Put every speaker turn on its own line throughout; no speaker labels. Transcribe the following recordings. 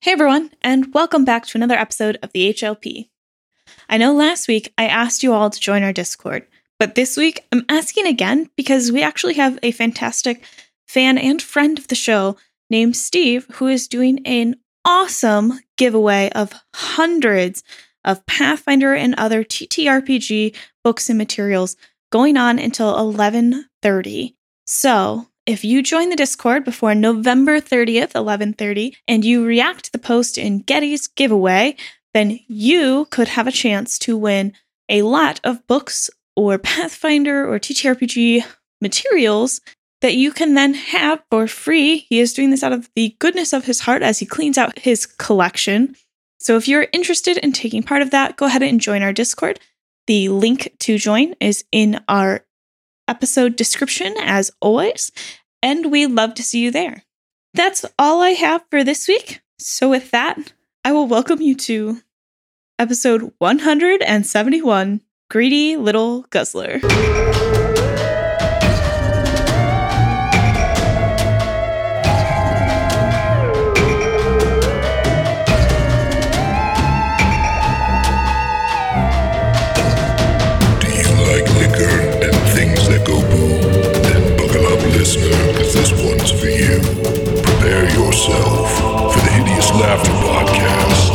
Hey everyone, and welcome back to another episode of the HLP. I know last week I asked you all to join our Discord, but this week I'm asking again because we actually have a fantastic fan and friend of the show named Steve who is doing an awesome giveaway of hundreds of Pathfinder and other TTRPG books and materials going on until 11:30. So, if you join the Discord before November 30th, 11:30, and you react to the post in Getty's giveaway, then you could have a chance to win a lot of books or Pathfinder or TTRPG materials that you can then have for free. He is doing this out of the goodness of his heart as he cleans out his collection. So if you're interested in taking part of that, go ahead and join our Discord. The link to join is in our episode description as always, and we'd love to see you there. That's all I have for this week. So with that, I will welcome you to episode 171, Greedy Little Guzzler.
Do you like liquor and things that go boom? Then buckle up, listener, because this one's for you. Prepare yourself for the Hideous Laughter Podcast.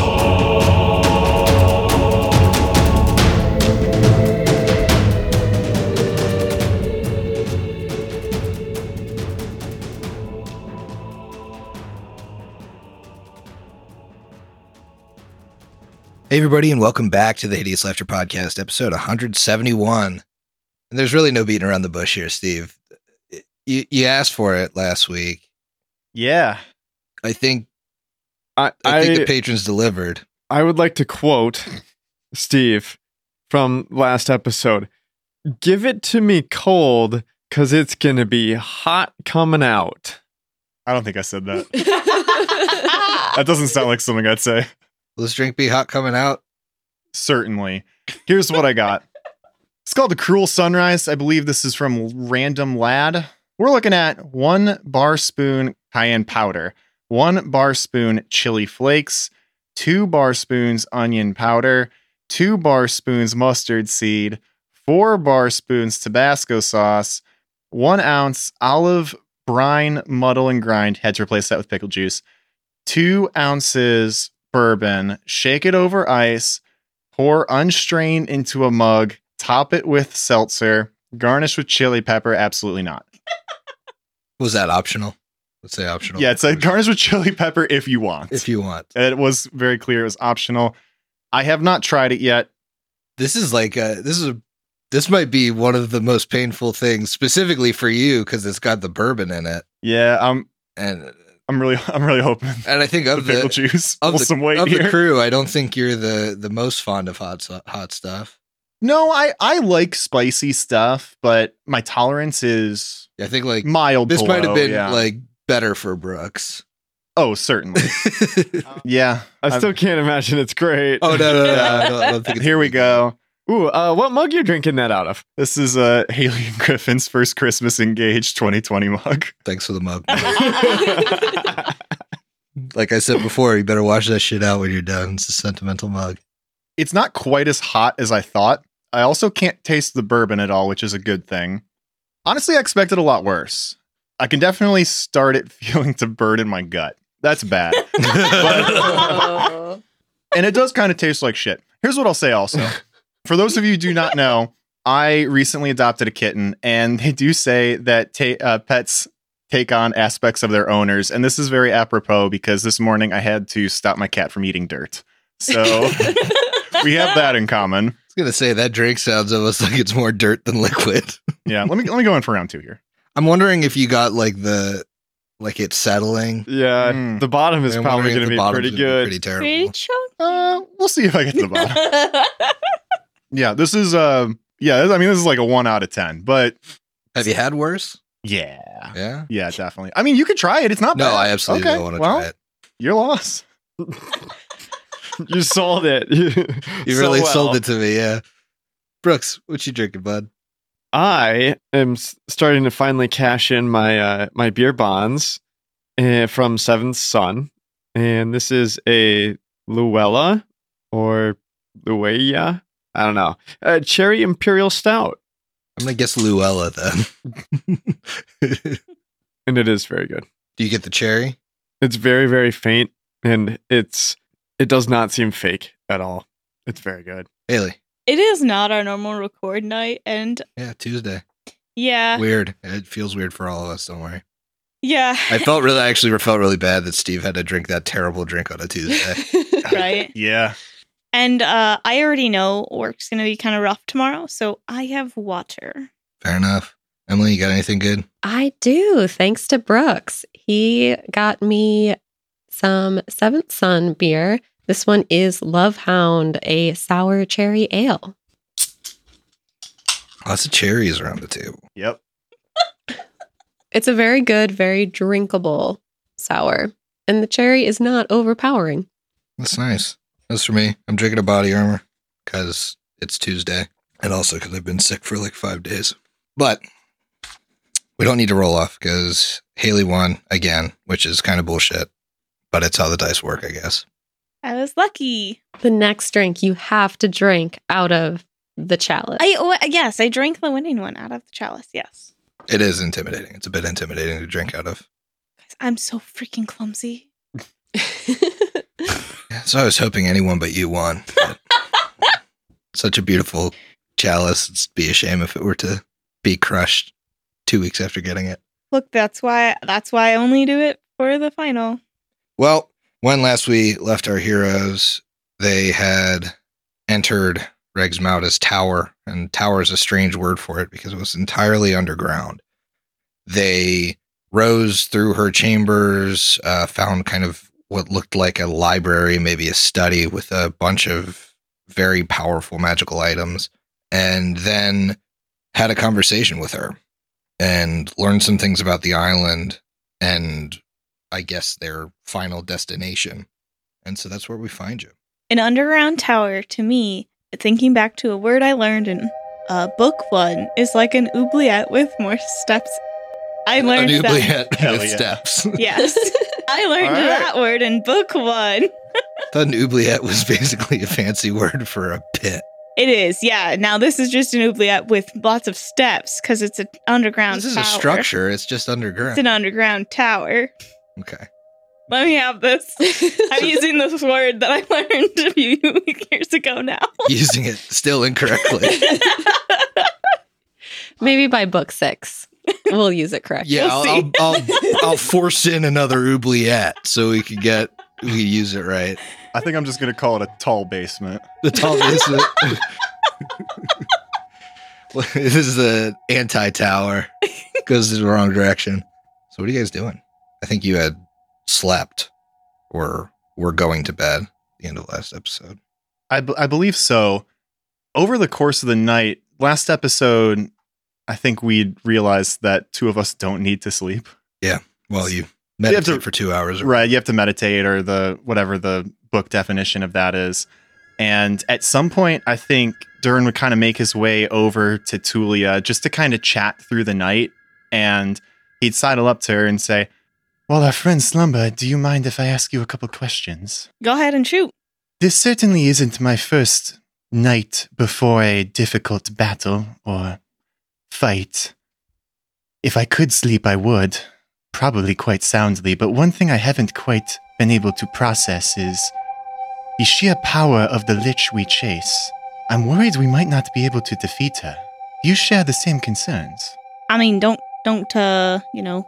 Hey, everybody, and welcome back to the Hideous Laughter Podcast, episode 171. And there's really no beating around the bush here, Steve. You, you asked for it last week.
Yeah.
I think
I
I, think
I,
the patrons delivered.
I would like to quote Steve from last episode. Give it to me cold cuz it's going to be hot coming out. I don't think I said that. That doesn't sound like something I'd say.
Will this drink be hot coming out?
Certainly. Here's what I got. It's called The Cruel Sunrise. I believe this is from Random Lad. We're looking at one bar spoon cayenne powder, one bar spoon chili flakes, two bar spoons onion powder, two bar spoons mustard seed, four bar spoons Tabasco sauce, one ounce olive brine, muddle and grind. Had to replace that with pickle juice, two ounces bourbon, shake it over ice, pour unstrained into a mug, top it with seltzer, garnish with chili pepper. Absolutely not.
Was that optional? Let's say optional.
Yeah, it's like garnish with chili pepper if you want.
if you want.
it was very clear it was optional. I have not tried it yet.
This is like, uh this is, a, this might be one of the most painful things, specifically for you, because it's got the bourbon in it.
Yeah, I'm
And,
I'm really I'm really hoping
and I think
the
of
pickle
the,
juice
of
pulls
the-
some weight
of the
here.
crew, I don't think you're the, the most fond of hot, su- hot stuff.
No, I I like spicy stuff, but my tolerance is
I think like
mild.
This
below,
might have been
yeah.
like better for Brooks.
oh, certainly, yeah.
I still can't imagine it's great.
oh no, no, no! I don't, I don't think it's
Here we go.
Ooh, uh, what mug you drinking that out of?
This is uh, Haley and Griffin's first Christmas engaged 2020 mug.
Thanks for the mug. like I said before, you better wash that shit out when you're done. It's a sentimental mug.
It's not quite as hot as I thought. I also can't taste the bourbon at all, which is a good thing. Honestly, I expected a lot worse. I can definitely start it feeling to burn in my gut. That's bad. and it does kind of taste like shit. Here's what I'll say also. For those of you who do not know, I recently adopted a kitten, and they do say that ta- uh, pets take on aspects of their owners. And this is very apropos because this morning I had to stop my cat from eating dirt. So we have that in common.
I was gonna say that drink sounds almost like it's more dirt than liquid.
Yeah, let me let me go in for round two here.
I'm wondering if you got like the like it's settling.
Yeah,
Mm.
the bottom is
I'm
probably
Hmm. wondering if
going to
the
be
bottom's
pretty
gonna
good.
pretty terrible.
Pretty chunk.
Uh, we'll see if I get to the bottom. yeah, this is uh, yeah. I mean, this is like a one out of ten, but
Have you had worse?
yeah,
Yeah.
yeah, definitely. I mean, you could try it. It's not
No,
bad.
I absolutely
Okay,
don't want to
well,
try it.
Your loss.
you sold it.
You really sold it to me, yeah. Brooks, what you drinking, bud?
I am s- starting to finally cash in my uh, my beer bonds uh, from eh, Seventh Son. And this is a Luella or Luella. I don't know. A cherry imperial stout.
I'm gonna guess Luella then. Do
And it is very good.
you get the cherry?
It's very, very faint and it's it does not seem fake at all. It's very good.
Haley.
It is not our normal record night, and
Yeah, Tuesday.
yeah,
Weird. It feels weird for all of us. Don't worry.
yeah,
I felt really, I actually felt really bad that Steve had to drink that terrible drink on a Tuesday.
right.
Yeah.
And uh, I already know work's gonna be kind of rough tomorrow, so I have water.
Fair enough. Emily, you got anything good?
I do, thanks to Brooks. He got me some Seventh Son beer. This one is Love Hound, a sour cherry ale.
Lots of cherries around the table.
Yep.
It's a very good, very drinkable sour, and the cherry is not overpowering.
That's nice. That's for me. I'm drinking a body armor because it's Tuesday and also because I've been sick for like five days. But we don't need to roll off because Haley won again, which is kind of bullshit. But it's how the dice work, I guess.
I was lucky.
The next drink you have to drink out of the chalice.
I oh, yes, I drank the winning one out of the chalice. Yes,
It is intimidating. It's a bit intimidating to drink out of.
Guys, I'm so freaking clumsy.
So I was hoping anyone but you won. But such a beautiful chalice. It'd be a shame if it were to be crushed two weeks after getting it.
Look, that's why that's why I only do it for the final.
Well, when last we left our heroes, they had entered Regsmauda's tower, and tower is a strange word for it because it was entirely underground. They rose through her chambers, uh, found kind of what looked like a library, maybe a study with a bunch of very powerful magical items, and then had a conversation with her and learned some things about the island and I guess their final destination. And so that's where we find you.
An underground tower to me, thinking back to a word I learned in uh, book one, is like an oubliette with more steps. I learned
An
that.
oubliette
Hell
with
yeah.
steps.
Yes, I learned
All right.
that word in book one.
An oubliette was basically a fancy word for a pit.
It is, yeah. Now this is just an oubliette with lots of steps because it's an underground.
This is a
tower.
structure. It's just underground.
It's an underground tower.
okay.
Let me have this. I'm using this word that I learned a few years ago now.
Using it still incorrectly.
Maybe by book six, we'll use it correct.
Yeah, I'll, I'll, I'll, I'll force in another oubliette so we can get, we can use it right.
I think I'm just going to call it a tall basement.
The tall basement. Well, this is the anti tower. Goes in the wrong direction. So what are you guys doing? I think you had slept or were going to bed at the end of last episode.
I b- I believe so. Over the course of the night, last episode, I think we realized that two of us don't need to sleep.
Well, you
have
meditated
to-
for two hours. Or,
Right, you have to meditate or the whatever the book definition of that is. And at some point, I think Durin would kind of make his way over to Tulia just to kind of chat through the night. And he'd sidle up to her and say, While our friends slumber, do you mind if I ask you a couple questions?
Go ahead and shoot.
This certainly isn't my first night before a difficult battle or fight. If I could sleep, I would, probably quite soundly, but one thing I haven't quite been able to process is the sheer power of the Lich we chase. I'm worried we might not be able to defeat her. Do You share the same concerns.
I mean, don't don't uh, you know,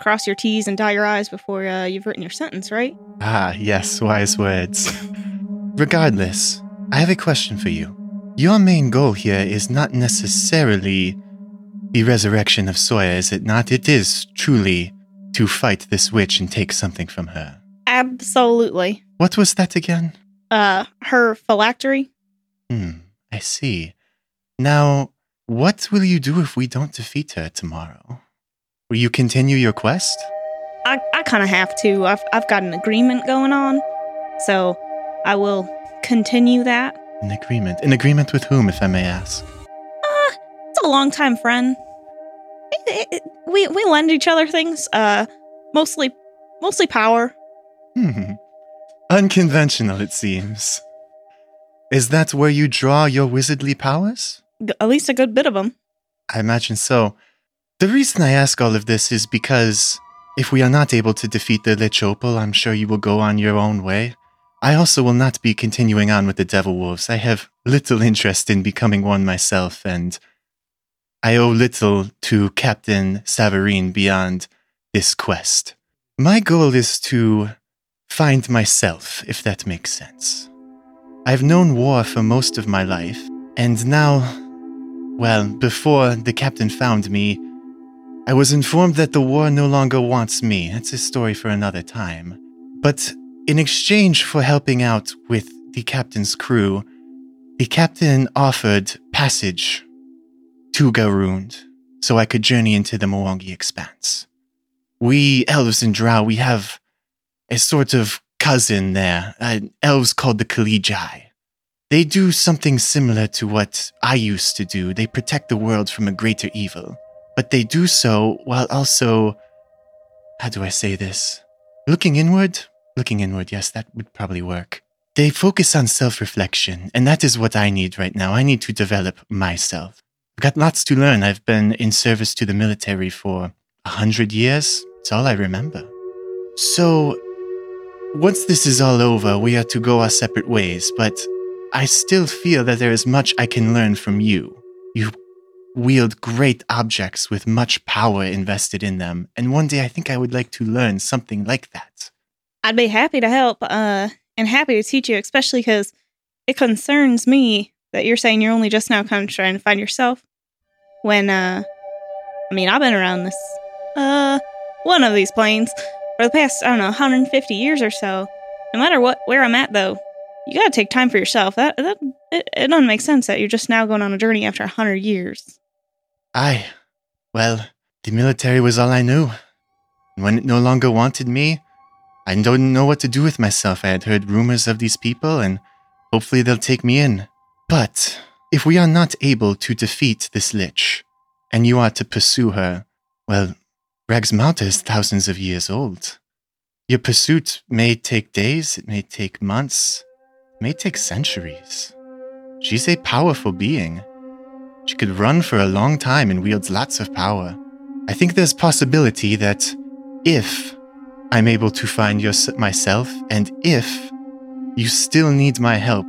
cross your T's and dot your I's before uh, you've written your sentence, right?
Ah, yes, wise words. Regardless, I have a question for you. Your main goal here is not necessarily the resurrection of Sawyer, is it not? It is truly to fight this witch and take something from her.
Absolutely.
What was that again?
Uh, her phylactery.
Hmm, I see. Now, what will you do if we don't defeat her tomorrow? Will you continue your quest?
I I kind of have to. I've I've got an agreement going on, so I will continue that.
An agreement. An agreement with whom, if I may ask?
Uh, it's a long time friend. It- it- it- we we lend each other things. Uh, mostly mostly power.
Hmm. Unconventional, it seems. Is that where you draw your wizardly powers?
G- At least a good bit of them.
I imagine so. The reason I ask all of this is because if we are not able to defeat the Lechopal, I'm sure you will go on your own way. I also will not be continuing on with the Devil Wolves. I have little interest in becoming one myself, and I owe little to Captain Savarine beyond this quest. My goal is to find myself, if that makes sense. I've known war for most of my life, and now well, before the captain found me, I was informed that the war no longer wants me. That's a story for another time. But in exchange for helping out with the captain's crew, the captain offered passage to Garund so I could journey into the Mwangi expanse. We elves and drow, we have a sort of cousin there, uh, elves called the Kaliji. They do something similar to what I used to do. They protect the world from a greater evil. But they do so while also. How do I say this? Looking inward? Looking inward, yes, that would probably work. They focus on self reflection, and that is what I need right now. I need to develop myself. I've got lots to learn. I've been in service to the military for a hundred years. It's all I remember. So, once this is all over, we are to go our separate ways, but I still feel that there is much I can learn from you. You wield great objects with much power invested in them, and one day I think I would like to learn something like that.
I'd be happy to help uh, and happy to teach you, especially because it concerns me that you're saying you're only just now kind of trying to find yourself. When, uh, I mean, I've been around this, uh, one of these planes for the past, I don't know, 150 years or so. No matter what, where I'm at though, you gotta take time for yourself. That, that, it, it doesn't make sense that you're just now going on a journey after 100 years.
I, well, the military was all I knew. When it no longer wanted me, I don't know what to do with myself. I had heard rumors of these people, and hopefully they'll take me in. But if we are not able to defeat this lich, and you are to pursue her, well, Ragsmata is thousands of years old. Your pursuit may take days, it may take months, it may take centuries. She's a powerful being. She could run for a long time and wields lots of power. I think there's possibility that if I'm able to find your, myself, and if you still need my help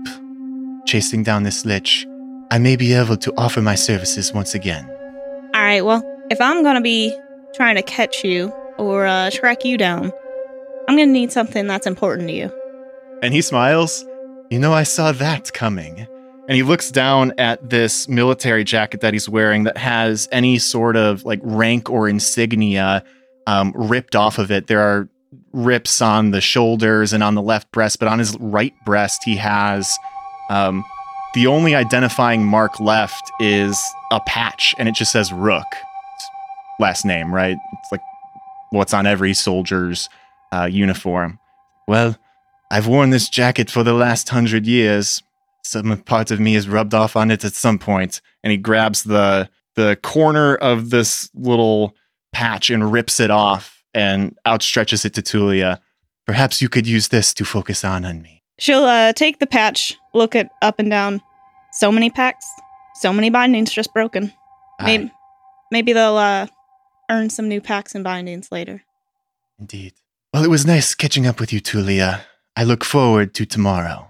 chasing down this lich, I may be able to offer my services once again.
All right, well, if I'm gonna be trying to catch you or uh, track you down, I'm gonna need something that's important to you.
And he smiles. You know, I saw that coming. And he looks down at this military jacket that he's wearing that has any sort of like rank or insignia um, ripped off of it. There are rips on the shoulders and on the left breast, but on his right breast, he has um, the only identifying mark left is a patch and it just says Rook. It's last name, right? It's like what's on every soldier's uh, uniform. Well, I've worn this jacket for the last hundred years. Some part of me is rubbed off on it at some point. And he grabs the the corner of this little patch and rips it off and outstretches it to Tulia. Perhaps you could use this to focus on on me.
She'll uh, take the patch, look it up and down. So many packs, so many bindings just broken. Maybe,
Aye,
maybe they'll uh, earn some new packs and bindings later.
indeed. Well, it was nice catching up with you, Tulia. I look forward to tomorrow,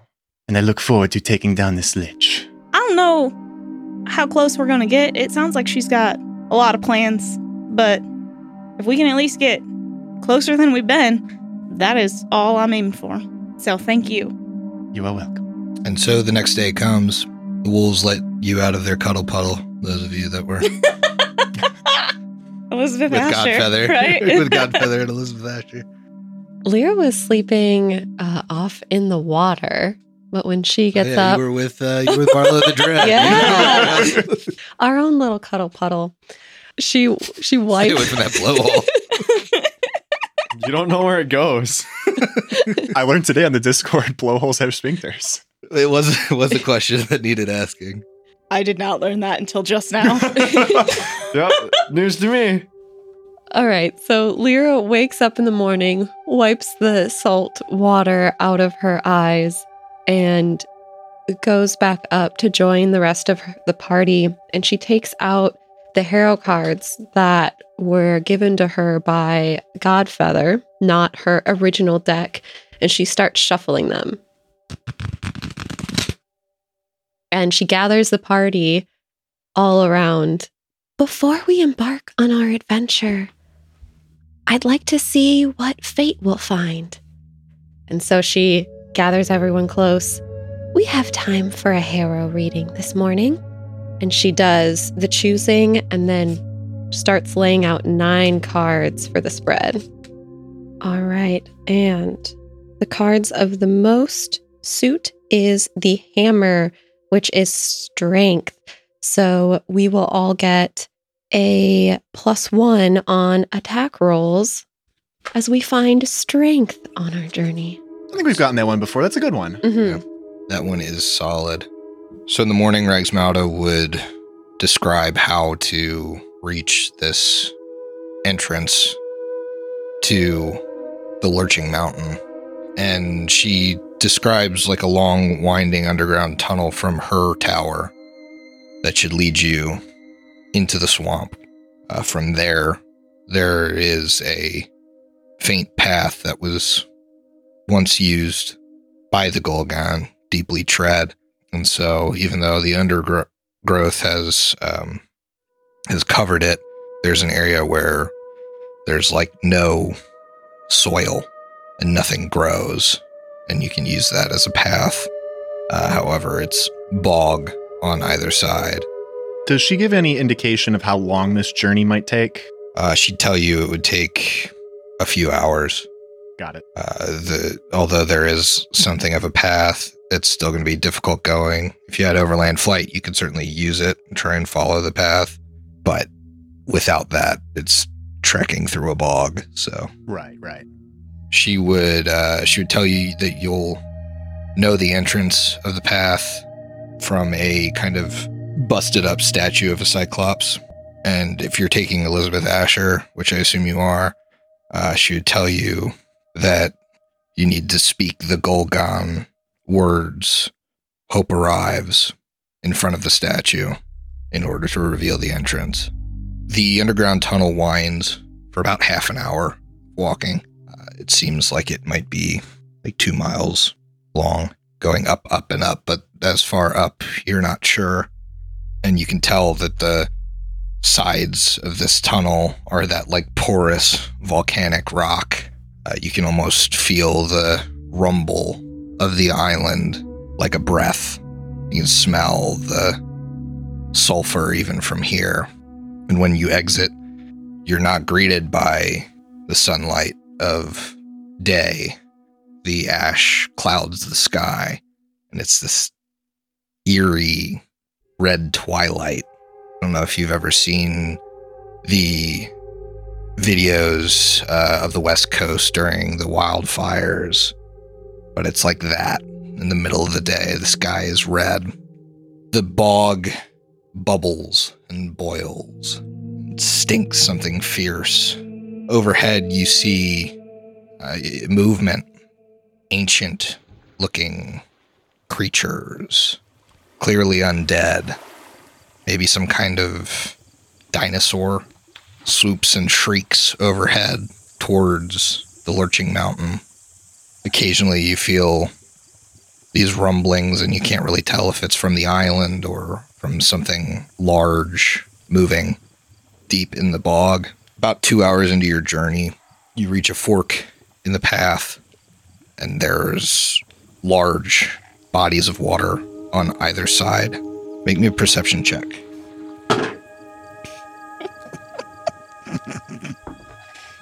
and I look forward to taking down this lich.
I don't know how close we're gonna get. It sounds like she's got a lot of plans, but if we can at least get closer than we've been, that is all I'm aiming for. So thank you.
You are welcome.
And so the next day comes. The wolves let you out of their cuddle puddle. Those of you that were with
Elizabeth Asher,
Godfeather,
right?
with Godfeather and Elizabeth Asher.
Lyra was sleeping uh, off in the water, but when she gets
Oh, yeah,
up,
you were with uh, you were with Barlow the Dread.
Yeah. our own little cuddle puddle, she she
Stay
wiped
away from that blowhole.
You don't know where it goes.
I learned today on the Discord blowholes have sphincters.
It was it was a question that needed asking.
I did not learn that until just now.
Yep. News to me.
All right, so Lyra wakes up in the morning, wipes the salt water out of her eyes, and goes back up to join the rest of her- the party. And she takes out the hero cards that were given to her by Godfeather, not her original deck, and she starts shuffling them. And she gathers the party all around. Before we embark on our adventure, I'd like to see what fate will find. And so she gathers everyone close. We have time for a Harrow reading this morning. And she does the choosing and then starts laying out nine cards for the spread. All right. And the cards of the most suit is the hammer, which is strength. So we will all get a plus one on attack rolls as we find strength on our journey.
I think we've gotten that one before. That's a good one.
Mhm.
That one is solid. So in the morning, Rags Mauda would describe how to reach this entrance to the Lurching Mountain. And she describes like a long, winding underground tunnel from her tower that should lead you into the swamp. Uh, from there, there is a faint path that was once used by the Golgon, deeply tread. And so, even though the undergrowth has um, has covered it, there's an area where there's like no soil and nothing grows, and you can use that as a path. Uh, however, it's bog on either side.
Does she give any indication of how long this journey might take?
Uh, she'd tell you it would take a few hours
Got it.
Uh, the although there is something of a path, it's still going to be difficult going. If you had overland flight, you could certainly use it and try and follow the path, but without that, it's trekking through a bog. So
Right, right.
she would uh, she would tell you that you'll know the entrance of the path from a kind of busted up statue of a cyclops and if you're taking elizabeth asher which i assume you are uh, she would tell you that you need to speak the golgon words hope arrives in front of the statue in order to reveal the entrance the underground tunnel winds for about half an hour walking uh, it seems like it might be like two miles long, going up, up, and up. But as far up, you're not sure. And you can tell that the sides of this tunnel are that like porous volcanic rock. Uh, you can almost feel the rumble of the island like a breath. You can smell the sulfur even from here. And when you exit, you're not greeted by the sunlight of day, the ash clouds the sky, and it's this eerie red twilight. I don't know if you've ever seen the videos uh, of the West Coast during the wildfires, but it's like that in the middle of the day. The sky is red. The bog bubbles and boils, it stinks something fierce. Overhead, you see uh, movement, ancient looking creatures, clearly undead, maybe some kind of dinosaur swoops and shrieks overhead towards the lurching mountain. Occasionally you feel these rumblings and you can't really tell if it's from the island or from something large moving deep in the bog. About 2 hours into your journey, you reach a fork in the path, and there's large bodies of water on either side. Make me a perception check.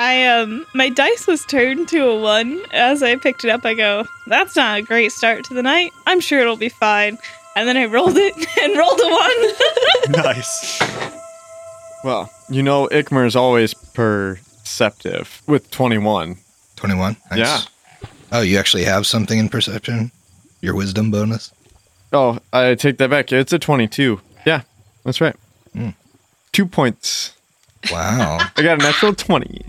I um my dice was turned to a one. As I picked it up, I go, that's not a great start to the night. I'm sure it'll be fine. And then I rolled it and rolled a one.
nice.
Well, you know, Ikmer's always perceptive with 21.
21. Nice.
Yeah.
Oh, you actually have something in perception? Your wisdom bonus?
Oh,
Hmm.
I take that back. It's a 22. Yeah, that's right. Two points
Wow.
I got a natural 20.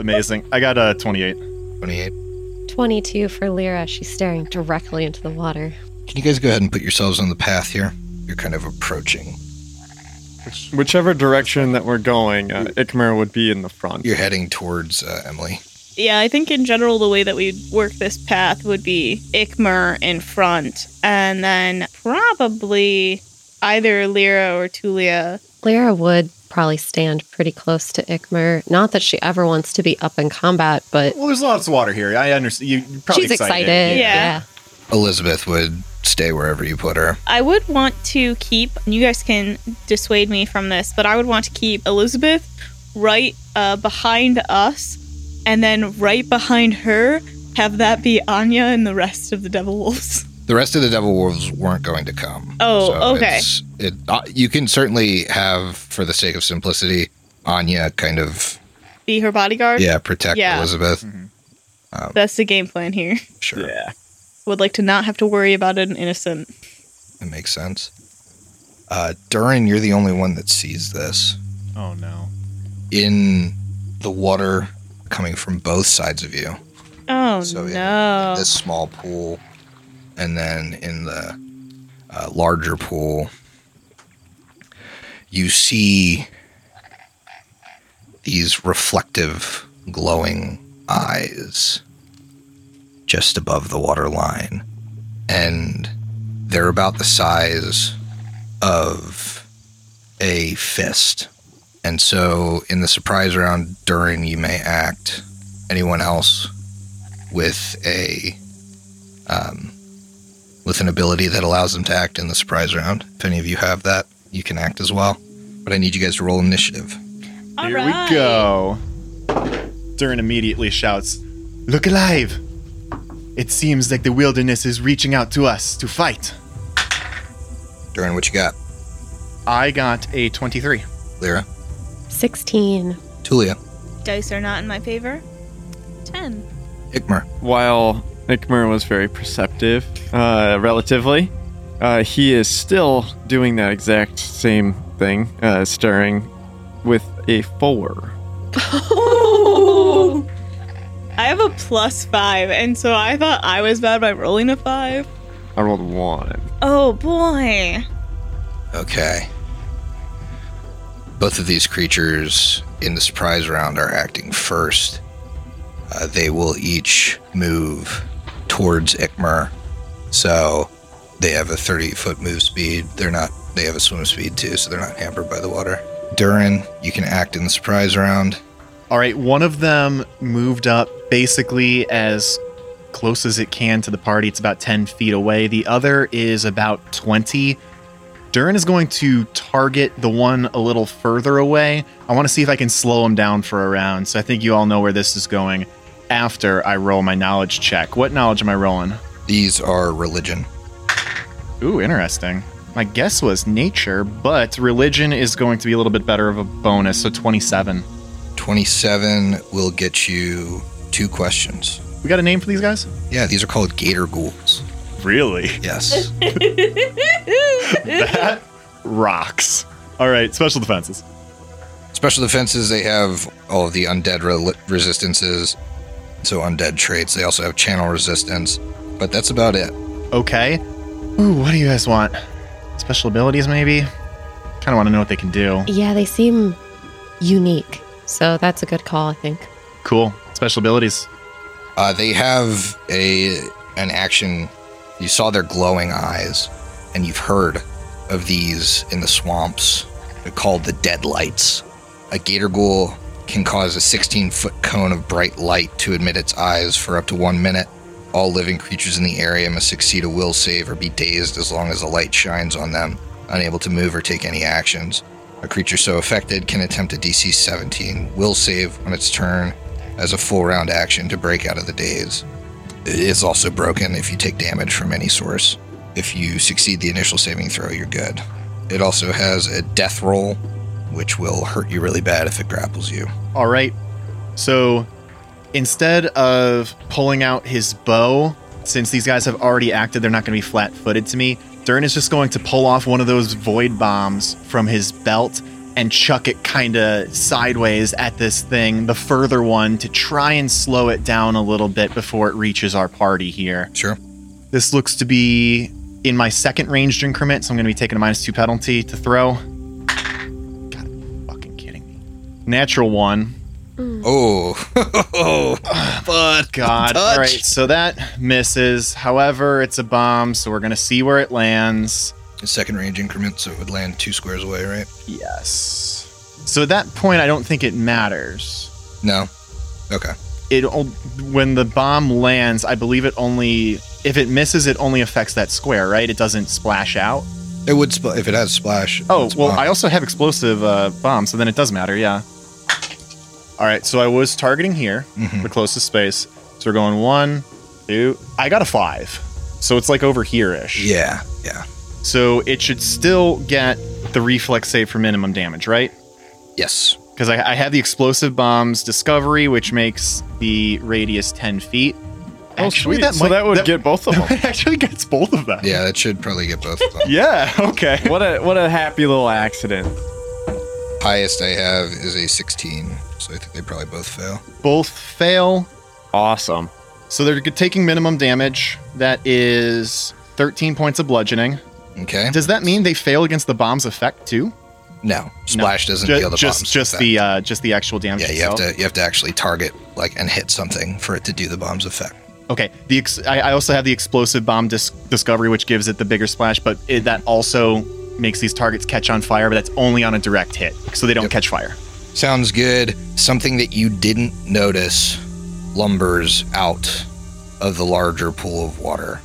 Amazing. I got a 28.
28.
22 for Lyra. She's staring directly into the water.
Can you guys go ahead and put yourselves on the path here? You're kind of approaching.
Whichever direction that we're going, uh, Ikmer would be in the front.
You're heading towards uh, Emily.
Yeah, I think in general the way that we'd work this path would be Ikmer in front, and then probably either Lyra or Tulia.
Lyra would probably stand pretty close to Ikmer. Not that she ever wants to be up in combat, but
Well, there's lots of water here. I understand. You, you're probably
she's excited.
Yeah.
yeah.
Elizabeth would stay wherever you put her.
I would want to keep, and you guys can dissuade me from this, but I would want to keep Elizabeth right uh, behind us, and then right behind her, have that be Anya and the rest of the Devil Wolves.
The rest of the devil wolves weren't going to come.
Oh, okay.
it's- It, uh, you can certainly have, for the sake of simplicity, Anya kind of
Be her bodyguard.
yeah protect
Yeah.
Elizabeth.
That's the game plan here.
Sure,
Would like to not have to worry about an innocent.
it makes sense. Uh, Durin, you're the only one that sees this.
Oh, no.
in the water coming from both sides of you.
Oh
So in
no.
this small pool, and then in the uh, larger pool, you see these reflective, glowing eyes just above the water line, and they're about the size of a fist. And so, in the surprise round, during you may act. Anyone else with a um, with an ability that allows them to act in the surprise round. If any of you have that, you can act as well. But I need you guys to roll initiative.
All
here
right.
we go. Durin immediately shouts, Look alive! It seems like the wilderness is reaching out to us to fight.
Durin, what you got,
I got a 23.
Lyra?
16.
Tulia,
Dice are not in my favor. Ten.
Ikmer,
While Ikmer was very perceptive, uh, relatively, uh, he is still doing that exact same thing, uh, stirring with a four.
I have a plus five, and so I thought I was bad by rolling a five.
I rolled one.
Oh boy.
Okay. Both of these creatures in the surprise round are acting first. Uh, they will each move towards Ikmer. So they have a 30 foot move speed. They're not, they have a swim speed too, so they're not hampered by the water. Durin, you can act in the surprise round.
All right, one of them moved up basically as close as it can to the party. It's about 10 feet away. The other is about 20. Durin is going to target the one a little further away. I want to see if I can slow him down for a round. So I think you all know where this is going after I roll my knowledge check. What knowledge am I rolling?
These are religion.
Ooh, interesting. My guess was nature, but religion is going to be a little bit better of a bonus, so 27.
27 will get you two questions.
We got a name for these guys?
Yeah, these are called gator ghouls.
Really?
Yes.
that rocks. All right, special defenses.
Special defenses, they have all of the undead re- resistances, so undead traits. They also have channel resistance, but that's about it.
Okay. Ooh, what do you guys want? Special abilities, maybe? Kind of want to know what they can do.
Yeah, they seem unique. So that's a good call, I think.
Cool. Special abilities.
Uh, they have a an action. You saw their glowing eyes, and you've heard of these in the swamps. They're called the deadlights. A gator ghoul can cause a 16 foot cone of bright light to admit its eyes for up to one minute. All living creatures in the area must succeed a will save or be dazed as long as the light shines on them, unable to move or take any actions. A creature so affected can attempt a DC 17 will save on its turn as a full round action to break out of the daze. It is also broken if you take damage from any source. If you succeed the initial saving throw, you're good. It also has a death roll, which will hurt you really bad if it grapples you.
All right. So instead of pulling out his bow, since these guys have already acted, they're not going to be flat footed to me. Durin is just going to pull off one of those void bombs from his belt and chuck it kind of sideways at this thing, the further one, to try and slow it down a little bit before it reaches our party here.
Sure.
This looks to be in my second ranged increment, so I'm going to be taking a minus two penalty to throw. God, fucking kidding me. Natural one.
Oh, but
God. All right, so that misses. However, it's a bomb, so we're going to see where it lands.
Second range increment, so it would land two squares away, right?
Yes. So at that point, I don't think it matters.
No. Okay.
it o- when the bomb lands, I believe it only if it misses, it only affects that square, right? It doesn't splash out.
It would spl- if it has splash.
Oh
it's
well,
bomb.
I also have explosive uh, bomb, so then it does matter. Yeah. All right, so I was targeting here,
Mhm.
the closest space. So we're going one, two. I got a five, so it's like over here ish.
Yeah. Yeah.
So it should still get the reflex save for minimum damage, right?
Yes.
Because I, I have the explosive bombs discovery, which makes the radius ten feet.
Oh,
Actually,
sweet.
that
so
might-
that would
that-
get both of them.
It actually gets both of them.
Yeah, that should probably get both of them.
Yeah. Okay.
what a what a happy little accident.
Highest I have is a 16, so I think they probably both fail.
Both fail.
Awesome.
So they're taking minimum damage. That is 13 points of bludgeoning.
Okay.
Does that mean they fail against the bomb's effect too?
No, splash doesn't
Ju-
heal the
just
bombs.
just the uh, just the actual damage.
yeah. You have
itself?
to you have to actually target like and hit something for it to do the bomb's effect.
Okay. The ex- I, I also have the explosive bomb dis- discovery, which gives it the bigger splash, but it, that also makes these targets catch on fire. But that's only on a direct hit, so they don't
Yep.
catch fire.
Sounds good. Something that you didn't notice lumbers out of the larger pool of water.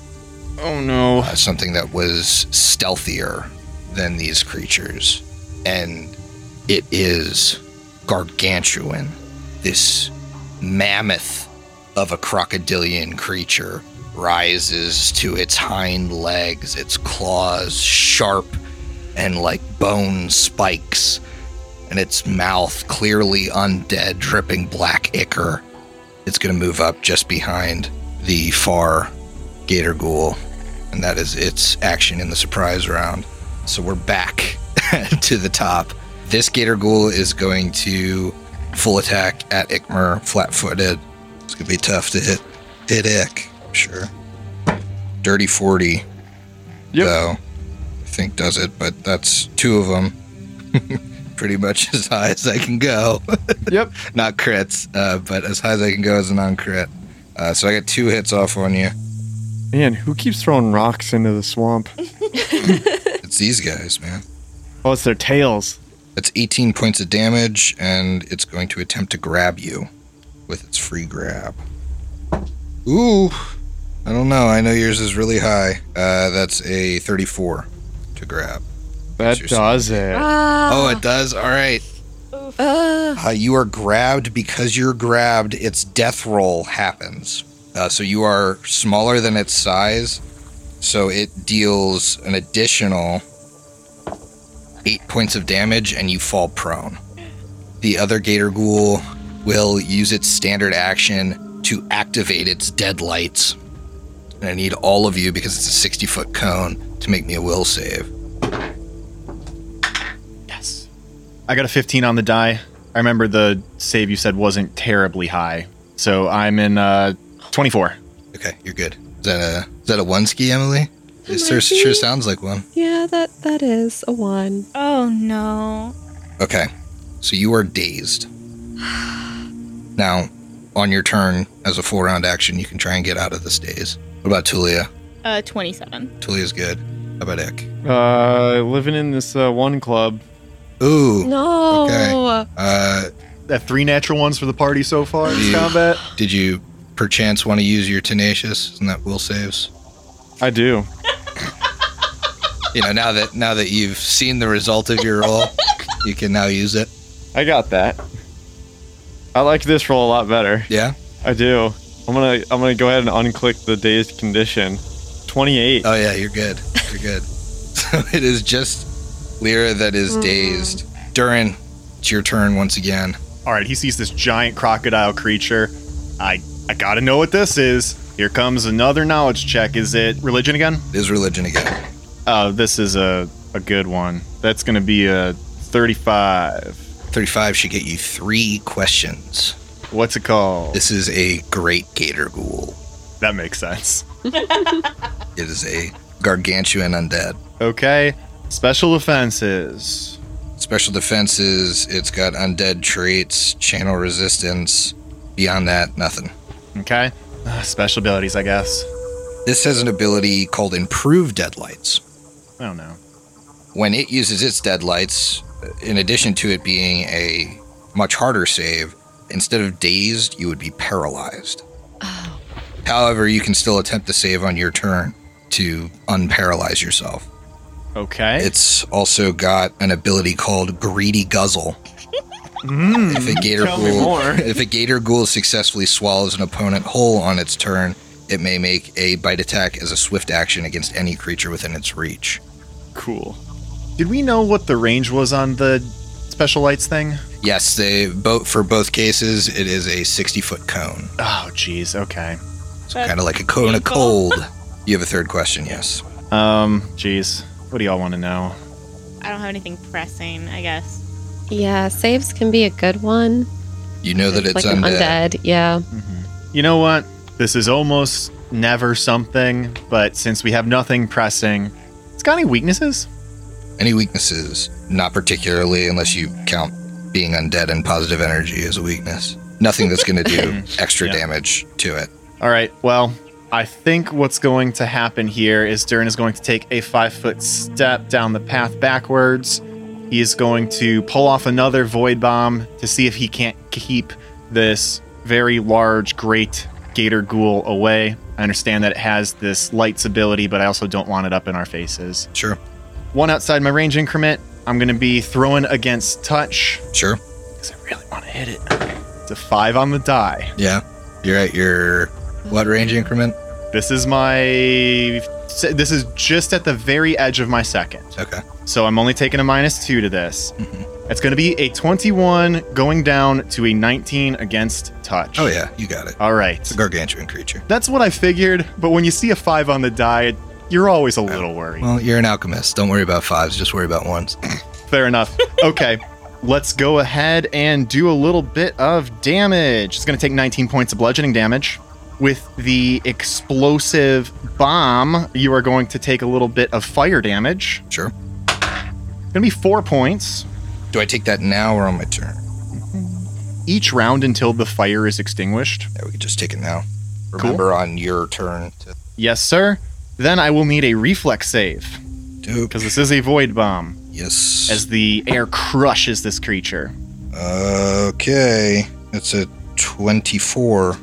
Oh no.
uh, something that was stealthier than these creatures. And it is gargantuan. This mammoth of a crocodilian creature rises to its hind legs, its claws sharp and like bone spikes, and its mouth clearly undead, dripping black ichor. It's going to move up just behind the far gator ghoul and that is its action in the surprise round. So we're back to the top. This Gator Ghoul is going to full attack at Ikmer, flat footed. It's going to be tough to hit. Hit Ick, sure. Dirty 40,
Yep.
though, I think does it, but that's two of them. Pretty much as high as I can go.
Yep.
Not crits, uh, but as high as I can go as a non crit. Uh, so I got two hits off on you.
Man, who keeps throwing rocks into the swamp?
It's these guys, man.
Oh, it's their tails.
That's 18 points of damage, and it's going to attempt to grab you with its free grab. Ooh, I don't know. I know yours is really high. Uh, that's a 34 to grab.
That
Seriously.
does it.
Oh, it does? All right.
Uh,
Uh, you are grabbed because you're grabbed. Its death roll happens. Uh, so you are smaller than its size. So it deals an additional eight points of damage and you fall prone. The other Gator Ghoul will use its standard action to activate its deadlights. And I need all of you because it's a 60 foot cone to make me a will save.
Yes. I got a 15 on the die. I remember the save you said wasn't terribly high. So I'm in uh 24.
Okay, you're good. Is that a, is that a one ski, Emily? It sure,
Might be.
sure sounds like one.
yeah, that that is a one.
Oh no.
Okay. So you are dazed. Now, on your turn as a full round action, you can try and get out of this daze. What about Tulia?
Uh, 27.
Tulia's good. How about Ick?
Uh, living in this uh, one club.
Ooh.
No.
Okay. Uh,
That three natural ones for the party so far.
Yeah.
Combat.
did you perchance want to use your tenacious? Isn't that will saves?
I do.
You know, now that now that you've seen the result of your roll, you can now use it.
I got that. I like this roll a lot better.
Yeah.
I do. I'm gonna I'm gonna go ahead and unclick the dazed condition. 28.
Oh yeah, you're good. You're good. so it is just Lyra that is dazed. Durin, it's your turn once again.
All right, he sees this giant crocodile creature. I I got to know what this is. Here comes another knowledge check. Is it religion again?
It is religion again.
Oh, this is a a good one. That's going to be a 35.
35 should get you three questions.
What's it called?
This is a great gator ghoul.
that makes sense.
It is a gargantuan undead.
Okay. Special offenses.
Special defenses, it's got undead traits, channel resistance. Beyond that, nothing.
Okay. Uh, special abilities, I guess.
This has an ability called Improved Deadlights.
I don't know.
When it uses its deadlights, in addition to it being a much harder save, instead of dazed, you would be paralyzed.
Oh,
However, you can still attempt the save on your turn to unparalyze yourself.
Okay.
It's also got an ability called Greedy Guzzle. If a gator
Mm. Tell me
ghoul,
more.
if a gator ghoul successfully swallows an opponent whole on its turn, it may make a bite attack as a swift action against any creature within its reach.
Cool.
Did we know what the range was on the special lights thing?
Yes, they both for both cases it is a 60 foot cone,
Oh, jeez. Okay.
That's
kind of like a cone of
painful.
cold. You have a third question, yes.
Um, jeez. What do y'all want to know?
I don't have anything pressing, I guess.
yeah. Saves can be a good one.
You know that it's
like an undead. Yeah.
You know what? This is almost never something, but since we have nothing pressing, it's got any weaknesses?
Any weaknesses? Not particularly, unless you count being undead and positive energy as a weakness. Nothing that's going to do extra
Yeah.
damage to it.
All right. Well, I think what's going to happen here is Durin is going to take a five foot step down the path backwards. He is going to pull off another void bomb to see if he can't keep this very large, great gator ghoul away. I understand that it has this lights ability, but I also don't want it up in our faces.
Sure,
One outside my range increment. I'm going to be throwing against touch
sure.
because I really want to hit it. It's a five on the die.
Yeah. You're at your what range increment?
This is my. This is just at the very edge of my second.
Okay.
So I'm only taking a minus two to this.
Mm-hmm.
It's going to be a 21 going down to a 19 against touch.
Oh, yeah, you got it.
All right.
It's a gargantuan creature.
That's what I figured, but when you see a five on the die, you're always a little worried.
Well, you're an alchemist. Don't worry about fives, just worry about ones.
Fair enough. Okay. Let's go ahead and do a little bit of damage. It's going to take 19 points of bludgeoning damage. With the explosive bomb, you are going to take a little bit of fire damage.
Sure.
It's going to be four points
Do I take that now or on my turn?
each round until the fire is extinguished.
Yeah, we could just take it now. Remember on your turn to
Yes, sir. Then I will need a reflex save
do
because this is a void bomb
Yes.
as the air crushes this creature.
okay. It's a 24.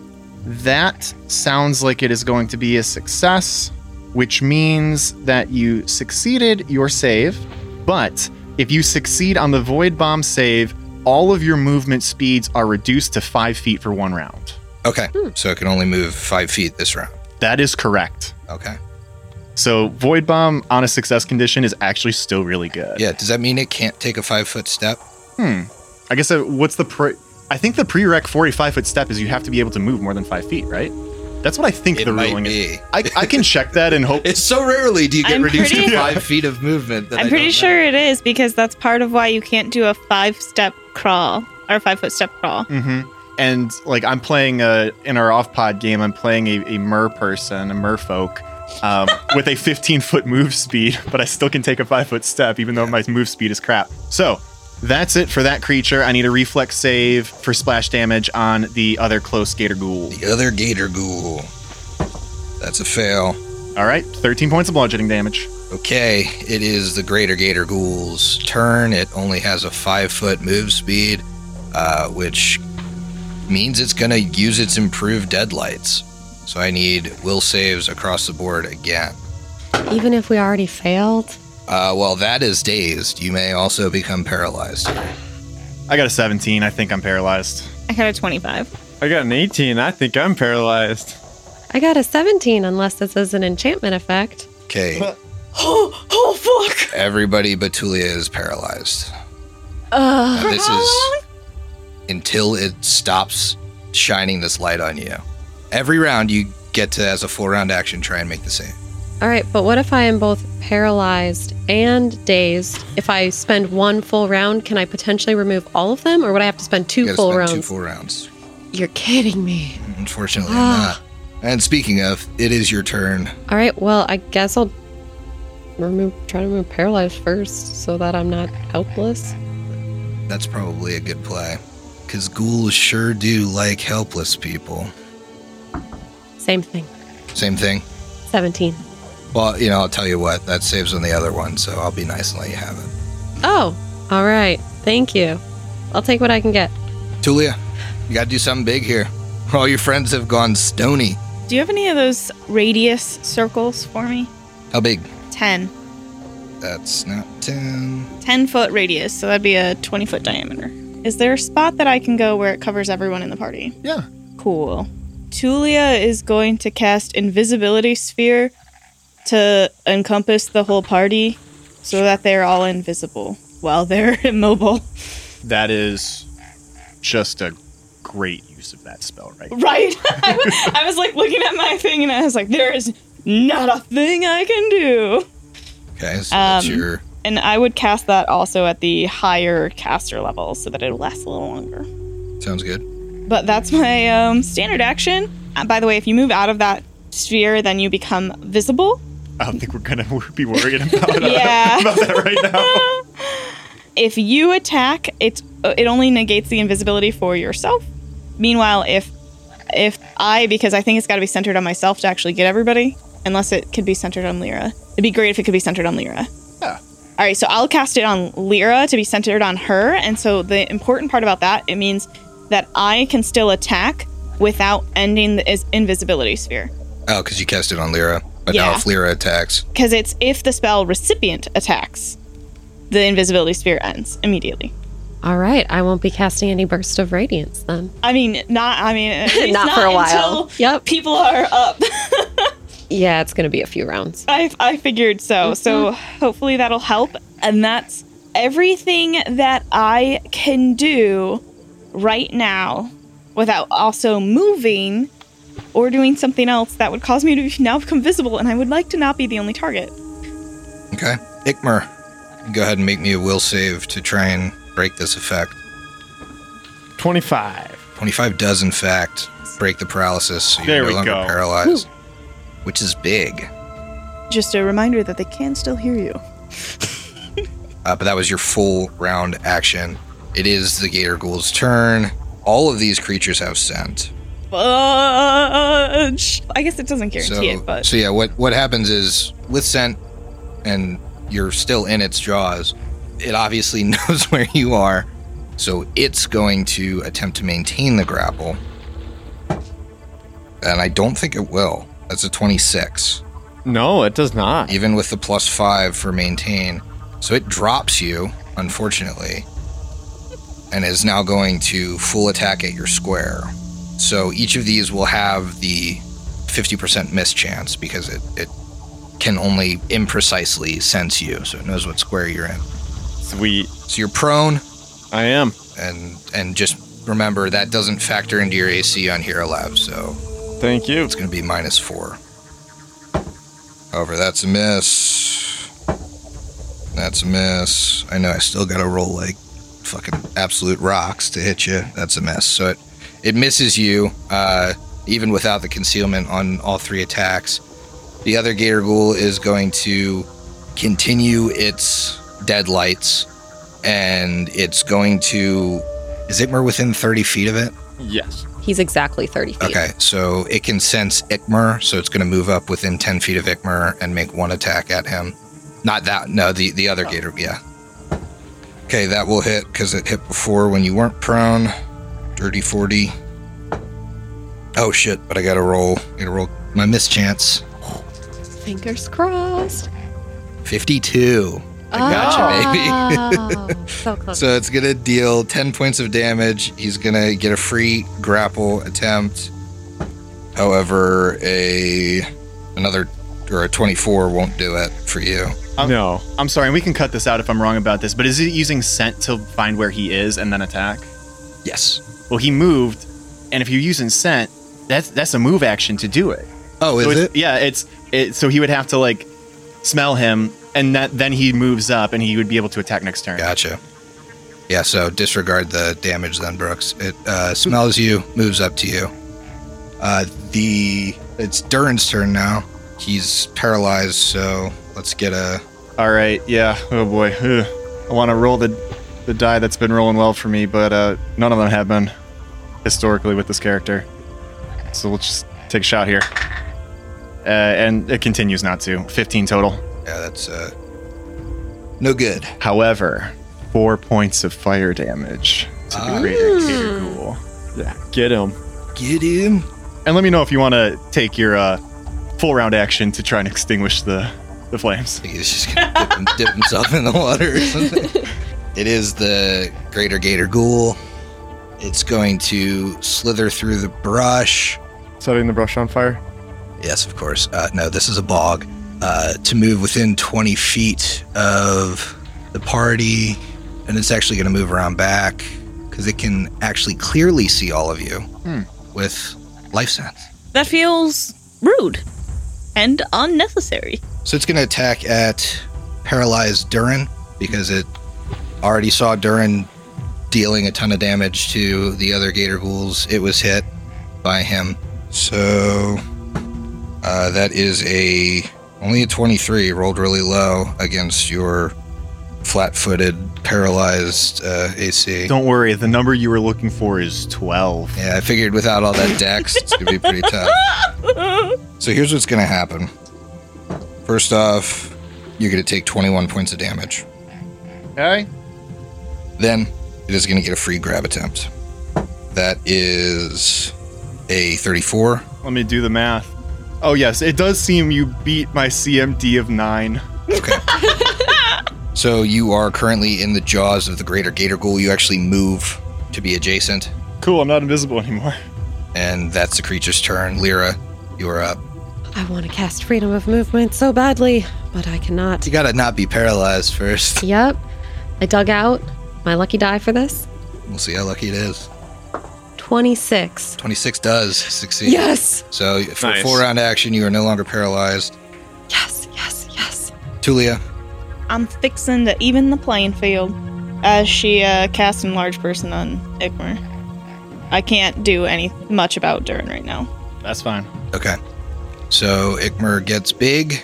That sounds like it is going to be a success, which means that you succeeded your save. But if you succeed on the Void Bomb save, all of your movement speeds are reduced to five feet for one round.
Okay.
Hmm.
So it can only move five feet this round.
That is correct.
Okay.
So, Void Bomb on a success condition is actually still really good.
Yeah. Does that mean it can't take a five foot step?
I guess uh, what's the pre? I think the prereq for a five foot step is you have to be able to move more than five feet, right? That's what I think
It
the
might
ruling is.
be.
I, I can check that and hope.
It's so rarely do you get
I'm
reduced
pretty-
to five feet of movement. That I
I'm pretty
don't
sure it is because that's part of why you can't do a five step crawl or five foot step crawl.
Hmm.
Mm-hmm. And like I'm playing uh in our off pod game, I'm playing a, a mer person, a merfolk, um, with a 15 foot move speed, but I still can take a five foot step even though my move speed is crap. So that's it for that creature. I need a reflex save for splash damage on the other close gator ghoul.
know. The other gator ghoul. That's a fail.
All right, 13 points of bludgeoning damage.
Okay, it is the greater gator ghoul's turn. It only has a five foot move speed, uh, which means it's going to use its improved deadlights. So I need will saves across the board again.
Even if we already failed.
Uh, well, that is dazed. You may also become paralyzed.
I got a 17. I think I'm paralyzed.
I got a 25.
I got an 18. I think I'm paralyzed.
I got a 17, unless this is an enchantment effect.
Okay,
Oh, oh fuck!
everybody but Tulia is paralyzed.
Ugh.
And this is until it stops shining this light on you. Every round you get to, as a full round action, try and make the save.
All right, but what if I am both paralyzed and dazed? If I spend one full round, can I potentially remove all of them, or would I have to spend two
You gotta
full
spend
rounds?
two full rounds.
You're kidding me.
Unfortunately,
Ah.
I'm not. And speaking of, it is your turn.
All right, well, I guess I'll remove try to remove paralyzed first, so that I'm not helpless.
That's probably a good play. Because ghouls sure do like helpless people.
Same thing.
Same thing.
Seventeen.
Well, you know, I'll tell you what, that saves on the other one, so I'll be nice and let you have it.
Oh, all right. Thank you. I'll take what I can get.
Tulia, you gotta do something big here. All your friends have gone stony.
Do you have any of those radius circles for me?
How big?
10.
That's not 10.
10 foot radius, so that'd be a 20 foot diameter. Is there a spot that I can go where it covers everyone in the party?
Yeah.
Cool. Tulia is going to cast Invisibility Sphere to encompass the whole party so that they're all invisible while they're immobile.
That is just a great use of that spell, right?
Right? I was- I was like looking at my thing and I was like, there is not a thing I can do.
Okay, so that's
Um,
your.
And I would cast that also at the higher caster level so that it lasts a little longer.
Sounds good.
But that's my um, standard action. Uh, by the way, if you move out of that sphere, then you become visible.
I don't think we're gonna be worried about, uh,
Yeah.
about that right now.
If you attack, it's uh, it only negates the invisibility for yourself. Meanwhile, if if I because I think it's got to be centered on myself to actually get everybody, unless it could be centered on Lyra. It'd be great if it could be centered on Lyra.
Yeah.
All right, so I'll cast it on Lyra to be centered on her, and so the important part about that it means that I can still attack without ending the is- invisibility sphere.
Oh, because you cast it on Lyra. But now
Yeah.
if Lyra attacks,
because it's if the spell recipient attacks, the invisibility sphere ends immediately.
All right, I won't be casting any burst of radiance then.
I mean, not. I mean, at least
Not
not,
for a while.
Until
Yep.
people are up.
Yeah, it's gonna be a few rounds.
I I figured so. So hopefully that'll help. And that's everything that I can do right now, without also moving or doing something else that would cause me to now become visible. And I would like to not be the only target.
okay. Ikmer, go ahead and make me a will save to try and break this effect.
25.
25 does, in fact, break the paralysis, so you're
There
no
we
longer
go.
paralyzed, which is big.
Just a reminder that they can still hear you.
Uh, but that was your full round action. It is the Gator Ghoul's turn. All of these creatures have scent.
fudge. I guess it doesn't guarantee
So,
it, but
so yeah, what what happens is with scent, and you're still in its jaws. It obviously knows where you are, so it's going to attempt to maintain the grapple. And I don't think it will. That's a 26,
No, it does not.
even with the plus five for maintain. So it drops you, unfortunately, and is now going to full attack at your square. So each of these will have the 50% miss chance because it, it can only imprecisely sense you, so it knows what square you're in.
Sweet.
So you're prone,
I am.
and and just remember that doesn't factor into your AC on Hero Lab, so
Thank you.
it's going to be minus four. However, that's a miss. That's a miss. I know I still got to roll like fucking absolute rocks to hit you. That's a miss. So it, it misses you, uh, even without the concealment on all three attacks. The other Gator Ghoul is going to continue its deadlights, and it's going to. Is Itmer within 30 feet of it?
Yes.
He's exactly thirty feet.
Okay, so it can sense Ikmer, so it's going to move up within 10 feet of Ikmer and make one attack at him. Not that, no, the, the other gator, yeah. Okay, that will hit because it hit before when you weren't prone. Dirty 40. Oh shit, but I got to roll. I got to roll my miss chance.
Fingers crossed.
52. I gotcha,
Ah.
baby.
baby. so close.
So it's gonna deal ten points of damage. He's gonna get a free grapple attempt. However, a another or a twenty-four won't do it for you.
Um,
no.
I'm sorry, and we can cut this out if I'm wrong about this, but is it using scent to find where he is and then attack?
Yes.
Well, he moved, and if you're using scent, that's that's a move action to do it.
Oh, is
so it's-
it?
Yeah, it's it, so he would have to like smell him, and that then he moves up, and he would be able to attack next turn.
Gotcha. Yeah, so disregard the damage then, Brooks. It uh, smells you, moves up to you. Uh, the it's Durin's turn now. He's paralyzed, so let's get a
All right, yeah. Oh boy, Ugh. I want to roll the the die that's been rolling well for me, but uh, none of them have been historically with this character. So let's just take a shot here, uh, and it continues not to. Fifteen total.
yeah, that's uh no good.
However, four points of fire damage to the
Ah.
greater Cater Ghoul.
Yeah, get him.
Get him.
And let me know if you want to take your uh, full round action to try and extinguish the the flames.
He's just gonna dip, him, dip himself in the water or something. It is the Greater Gator Ghoul. It's going to slither through the brush.
Setting the brush on fire.
Yes, of course. Uh, no, this is a bog. Uh, to move within 20 feet of the party, and it's actually going to move around back because it can actually clearly see all of you with life sense.
That feels rude and unnecessary.
So it's going to attack at paralyzed Durin because it already saw Durin dealing a ton of damage to the other Gator ghouls. It was hit by him. So uh, that is a only a 23 rolled really low against your flat-footed paralyzed uh, AC.
Don't worry, the number you were looking for is twelve.
Yeah, I figured without all that dex, it's gonna be pretty tough. So here's what's gonna happen. First off, you're gonna take 21 points of damage.
Okay.
Then it is gonna get a free grab attempt. That is a 34.
Let me do the math. Oh yes, it does seem you beat my CMD of nine.
So you are currently in the jaws of the Greater Gator Ghoul. You actually move to be adjacent,
Cool, I'm not invisible anymore.
and that's the creature's turn. Lyra, you are up.
I want to cast freedom of movement so badly, but I cannot.
You gotta not be paralyzed first.
Yep. I dug out my lucky die for this.
We'll see how lucky it is.
26.
26 does succeed.
Yes.
So for
Nice.
full round action, you are no longer paralyzed.
Yes, yes, yes.
Tulia,
I'm fixing to even the playing field as she uh, casts enlarge person on Igmar. I can't do any much about Durin right now.
That's fine.
okay. So Ikmer gets big,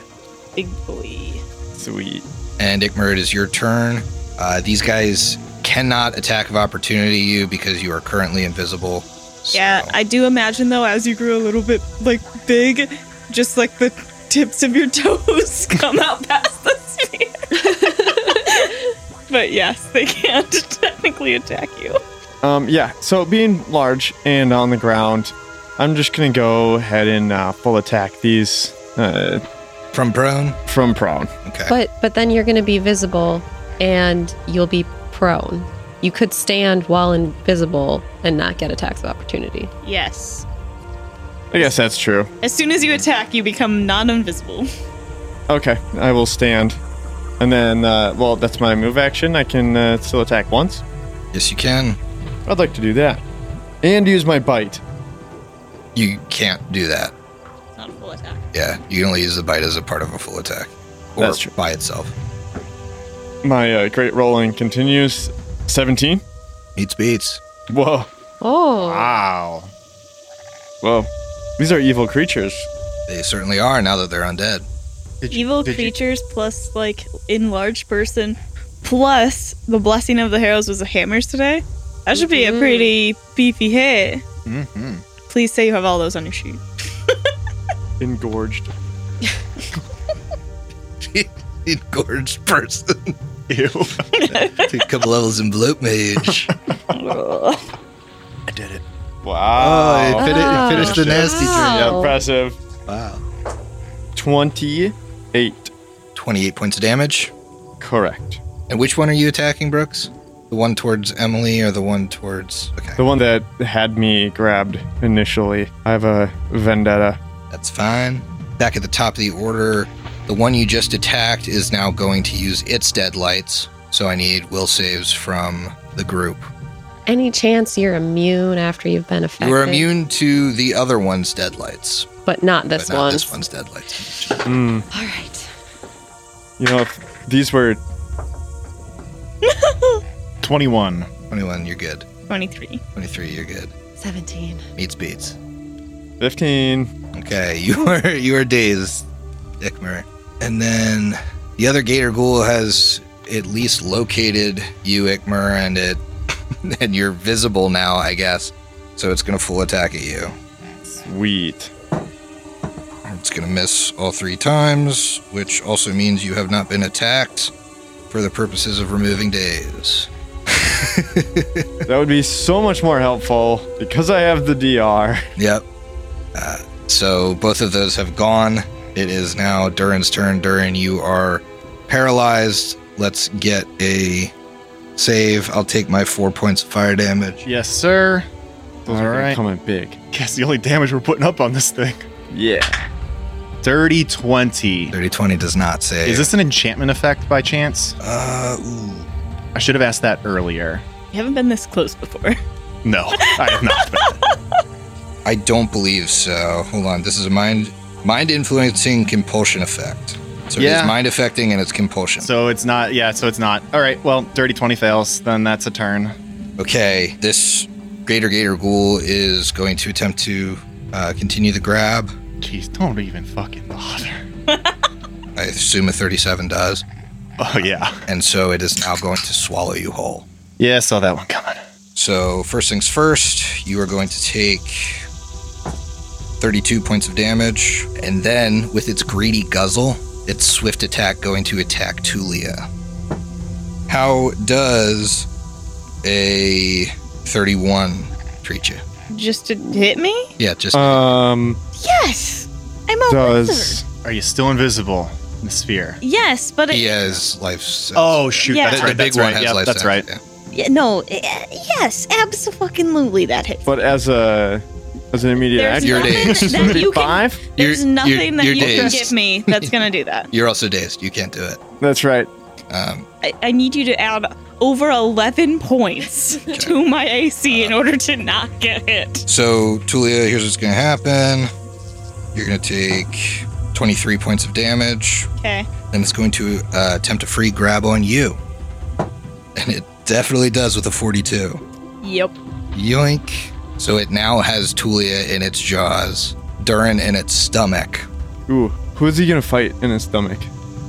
Big boy.
Sweet.
and Ikmer, it is your turn. Uh, these guys cannot attack of opportunity you because you are currently invisible. So-
Yeah, I do imagine though, as you grew a little bit like big, just like the tips of your toes come out past the sphere. but yes, they can't technically attack you.
Um, yeah, so being large and on the ground, I'm just gonna go ahead and uh, full attack these uh,
From prone.
from prone.
Okay.
But but then you're going to be visible and you'll be prone. You could stand while invisible and not get attacks of opportunity.
Yes.
I guess that's true.
As soon as you attack, you become non invisible.
Okay, I will stand. And then, uh, well, that's my move action. I can uh, still attack once.
yes, you can.
I'd like to do that. And use my bite.
You can't do that.
Not a full attack.
Yeah, you can only use the bite as a part of a full attack, or
That's true.
by itself.
My uh, great rolling continues. 17.
Meets beats.
Whoa.
Oh.
Wow.
Whoa. These are evil creatures.
They certainly are now that they're undead.
Did you-
Evil
did you-
creatures plus like enlarged person plus the blessing of the heroes was a hammers today. That should be a
Mm-hmm.
pretty beefy hit.
Mhm.
Please say you have all those on your sheet.
Engorged.
Engorged person.
Ew.
Take a couple levels in bloat mage.
I did it.
Wow.
Oh, it
Oh.
fin- it finished the nasty dream.
Ah. Oh.
Wow.
Impressive.
Wow.
28.
28 points of damage.
Correct.
And which one are you attacking, Brooks? The one towards Emily or the one towards. Okay,
The one that had me grabbed initially. I have a vendetta.
that's fine. Back at the top of the order, the one you just attacked is now going to use its dead lights. So I need will saves from the group.
Any chance you're immune after you've been affected?
You are immune to the other one's dead lights.
but not this
but not
one.
this one's deadlights.
Mm,
All right.
you know, if these were
21.
21, you're good.
23.
23, you're good.
17.
Meets beats.
15,
Okay, you are you are dazed, Ikmer. And then the other Gator Ghoul has at least located you, Ikmer, and it and you're visible now, I guess. So it's gonna full attack at you.
sweet.
It's gonna miss all three times, which also means you have not been attacked for the purposes of removing days.
That would be so much more helpful because I have the DR.
Yep. Uh, so both of those have gone. It is now Durin's turn. Durin, you are paralyzed. Let's get a save. I'll take my four points of fire damage.
Yes, sir.
Those
All
are
right.
coming big.
Guess the only damage we're putting up on this thing.
Yeah.
Dirty 20.
30 20 does not save.
Is this an enchantment effect by chance?
Uh, ooh.
I should have asked that earlier.
You haven't been this close before.
No, I have not.
I don't believe so. Hold on. This is a mind mind influencing compulsion effect. So
Yeah.
it's mind affecting and it's compulsion.
so it's not, yeah, so it's not. All right, well, dirty 20 fails. Then that's a turn.
Okay, this Greater Gator Ghoul is going to attempt to uh, continue the grab.
Jeez, don't even fucking bother.
I assume a 37 does.
Oh, yeah.
and so it is now going to swallow you whole.
Yeah, I saw that one coming.
So, first things first, you are going to take 32 points of damage, and then with its greedy guzzle, its swift attack going to attack Tulia. How does a 31 treat you?
Just to hit me?
Yeah, just
Uh,
Um,
Yes! I'm a
does.
Are you still invisible in the sphere?
wizard. Yes, but it,
he has life. sense.
Oh, shoot.
Yeah.
That's
the
right.
big
That's
one
right.
has
Yep,
life.
that's
sense,
right.
yeah.
yeah, no, eh, yes, absolutely that hits.
but as a as an immediate
There's
action,
nothing
that you can-
35?
There's
You're-
nothing
you're-
that
you're
you
dazed.
can give me that's gonna do that.
You're also dazed. You can't do it.
That's right.
Um,
I, I need you to add over 11 points to my AC in order to not get hit.
So, Tulia, here's what's going to happen. You're going to take 23 points of damage,
Okay.
and it's going to uh, attempt a free grab on you. And it definitely does with a 42.
Yep.
Yoink. So, it now has Tulia in its jaws, Durin in its stomach.
Ooh, who is he gonna fight in his stomach?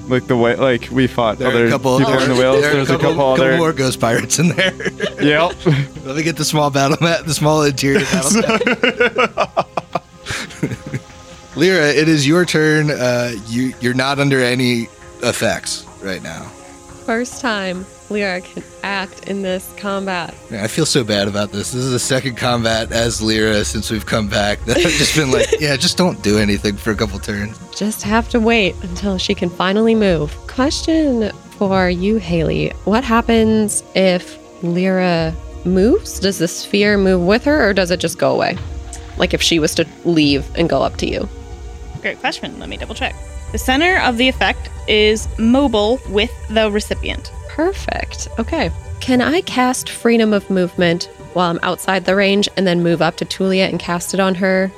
Like the way, like we fought other people in the whales.
there are
There's a couple
couple more
other.
ghost pirates in there.
Yep.
Let me get the small battle mat, the small interior battle mat. Lyra, it is your turn. Uh, you you're not under any effects right now.
First time Lyra can act in this combat.
Man, I feel so bad about this. This is the second combat as Lyra since we've come back. That I've just been like, yeah, just don't do anything for a couple turns.
Just have to wait until she can finally move. Question for you, Haley. What happens if Lyra moves? Does the sphere move with her or does it just go away? Like if she was to leave and go up to you?
Great question. Let me double check. The center of the effect is mobile with the recipient.
Perfect. Okay. Can I cast Freedom of Movement while I'm outside the range and then move up to Tulia and cast it on her?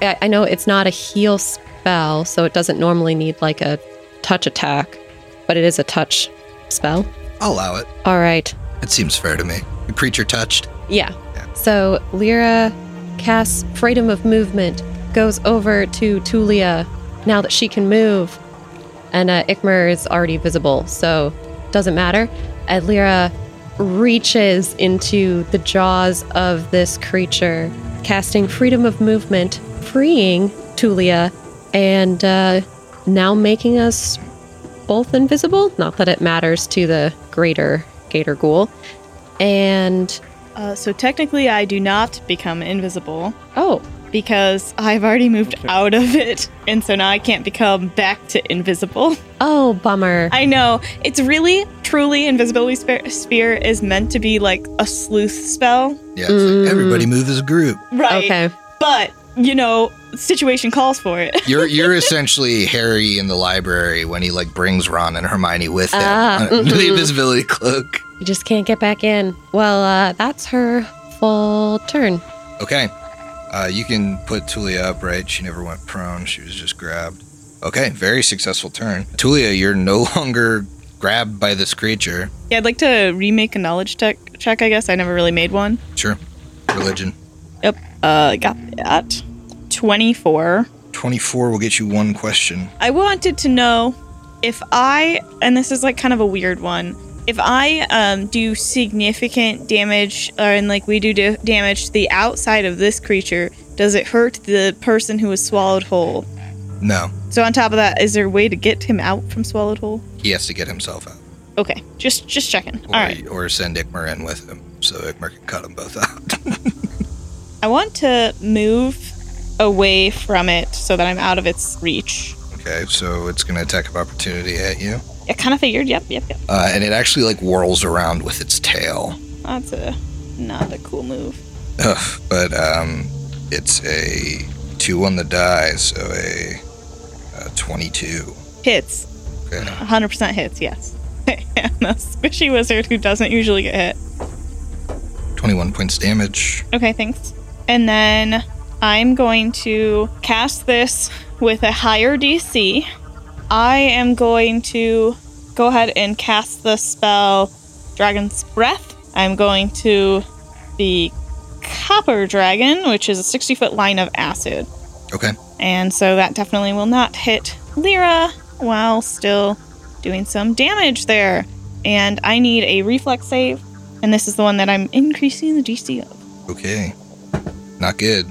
I, I know it's not a heal spell, so it doesn't normally need like a touch attack, but it is a touch spell.
I'll allow it.
All right.
It seems fair to me. The creature touched.
Yeah. So Lyra casts Freedom of Movement, goes over to Tulia now that she can move, and uh, Ikmer is already visible, so doesn't matter. And Lyra reaches into the jaws of this creature, casting Freedom of Movement, freeing Tulia, and uh, now making us both invisible. Not that it matters to the greater Gator Ghoul. And
Uh, so technically, I do not become invisible
Oh,
because I've already moved out of it. And so now I can't become back to invisible.
oh, bummer.
I know. It's really, truly, Invisibility Spe- Sphere is meant to be like a sleuth spell.
Yeah, it's like everybody move as a group.
Right.
okay.
But, you know, situation calls for it.
You're you're essentially Harry in the library when he like brings Ron and Hermione with him
Ah,
under the invisibility cloak.
You just can't get back in. Well, uh, that's her full turn.
Okay. Uh, you can put Tulia up, right? She never went prone. She was just grabbed. Okay, very successful turn. Tulia, you're no longer grabbed by this creature.
Yeah, I'd like to remake a knowledge tech check, I guess. I never really made one.
Sure. Religion.
Yep. Uh, got that. 24.
24 will get you one question.
I wanted to know if I, and this is like kind of a weird one, if I um, do significant damage, or and like we do, do damage to the outside of this creature, does it hurt the person who was swallowed whole?
No,
So on top of that, is there a way to get him out from swallowed whole?
he has to get himself out.
Okay, just just checking.
Or,
All right,
or send Ikmer in with him so Ikmer can cut them both out.
I want to move away from it so that I'm out of its reach.
okay, so it's going to attack of opportunity at you.
I kind of figured. Yep, yep, yep.
Uh, and it actually like whirls around with its tail.
That's a not a cool move.
Ugh, but um, it's a two on the die, so a, a twenty-two.
Hits.
Okay.
100% hits, yes. and a squishy wizard who doesn't usually get hit.
Twenty-one points damage.
Okay, thanks. And then I'm going to cast this with a higher DC. I am going to go ahead and cast the spell Dragon's Breath. I'm going to the Copper Dragon, which is a 60 foot line of acid.
Okay.
And so that definitely will not hit Lyra while still doing some damage there. And I need a reflex save. And this is the one that I'm increasing the DC of.
Okay. Not good.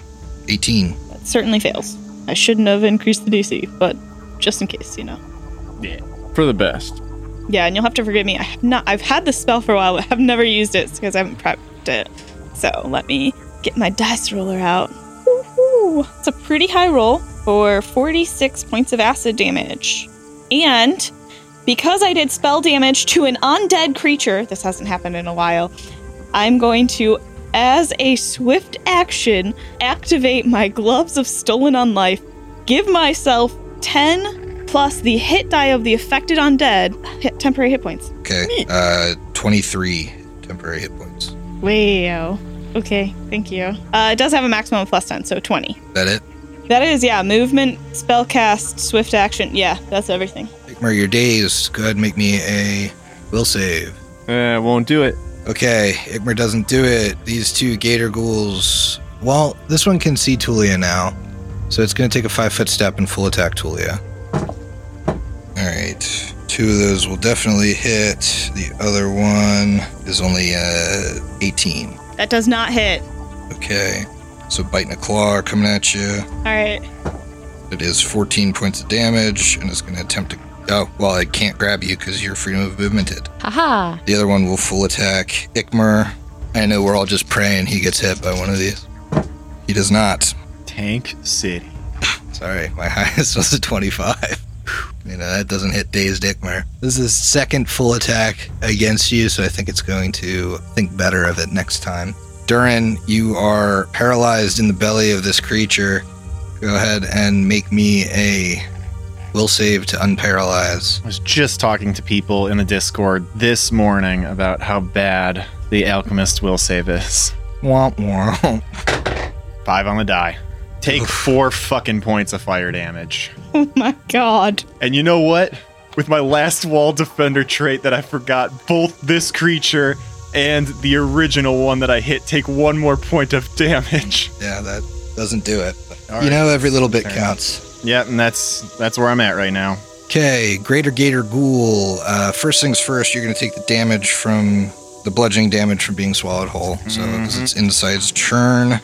Eighteen.
That certainly fails. I shouldn't have increased the DC, but just in case, you know.
For the best.
Yeah, and you'll have to forgive me. I have not I've had this spell for a while, but I've never used it because I haven't prepped it. So let me get my dice roller out. Woohoo! It's a pretty high roll for 46 points of acid damage. And because I did spell damage to an undead creature, this hasn't happened in a while, I'm going to, as a swift action, activate my gloves of stolen on life, give myself 10 plus the hit die of the affected undead, hit, temporary hit points.
Okay. Uh, twenty-three temporary hit points.
Wow. Okay, thank you. Uh, it does have a maximum of plus 10, so 20.
Is that it?
That is, yeah, movement, spell cast, swift action. Yeah, that's everything.
Ikmer, you're dazed. Go ahead and make me a will save.
Uh, won't do it.
Okay, Ikmer doesn't do it. These two gator ghouls. Well, this one can see Tulia now. So it's going to take a five foot step and full attack Tulia. Alright. Two of those will definitely hit. The other one is only uh, 18.
That does not hit.
Okay. So biting a claw are coming at you.
All right.
It is 14 points of damage and it's going to attempt to. Oh, well, it can't grab you because you're freedom of movemented.
Haha.
The other one will full attack Ikmer. I know we're all just praying he gets hit by one of these. He does not.
Tank City.
Sorry, my highest was a 25. You know, that doesn't hit dazed Ikmer. This is his second full attack against you, so I think it's going to think better of it next time. Durin, you are paralyzed in the belly of this creature. Go ahead and make me a will save to unparalyze.
I was just talking to people in the Discord this morning about how bad the Alchemist will save is.
Womp womp.
Five on the die. Take four fucking points of fire damage.
Oh my god.
And you know what? With my last wall defender trait that I forgot, both this creature and the original one that I hit take one more point of damage.
Yeah, that doesn't do it.
All
you
right.
know, every little bit
Fair enough.
counts.
Yep, and that's that's where I'm at right now.
Okay, Greater Gator Ghoul. Uh, first things first, you're going to take the damage from the bludgeoning damage from being swallowed whole. So because it's inside's churn,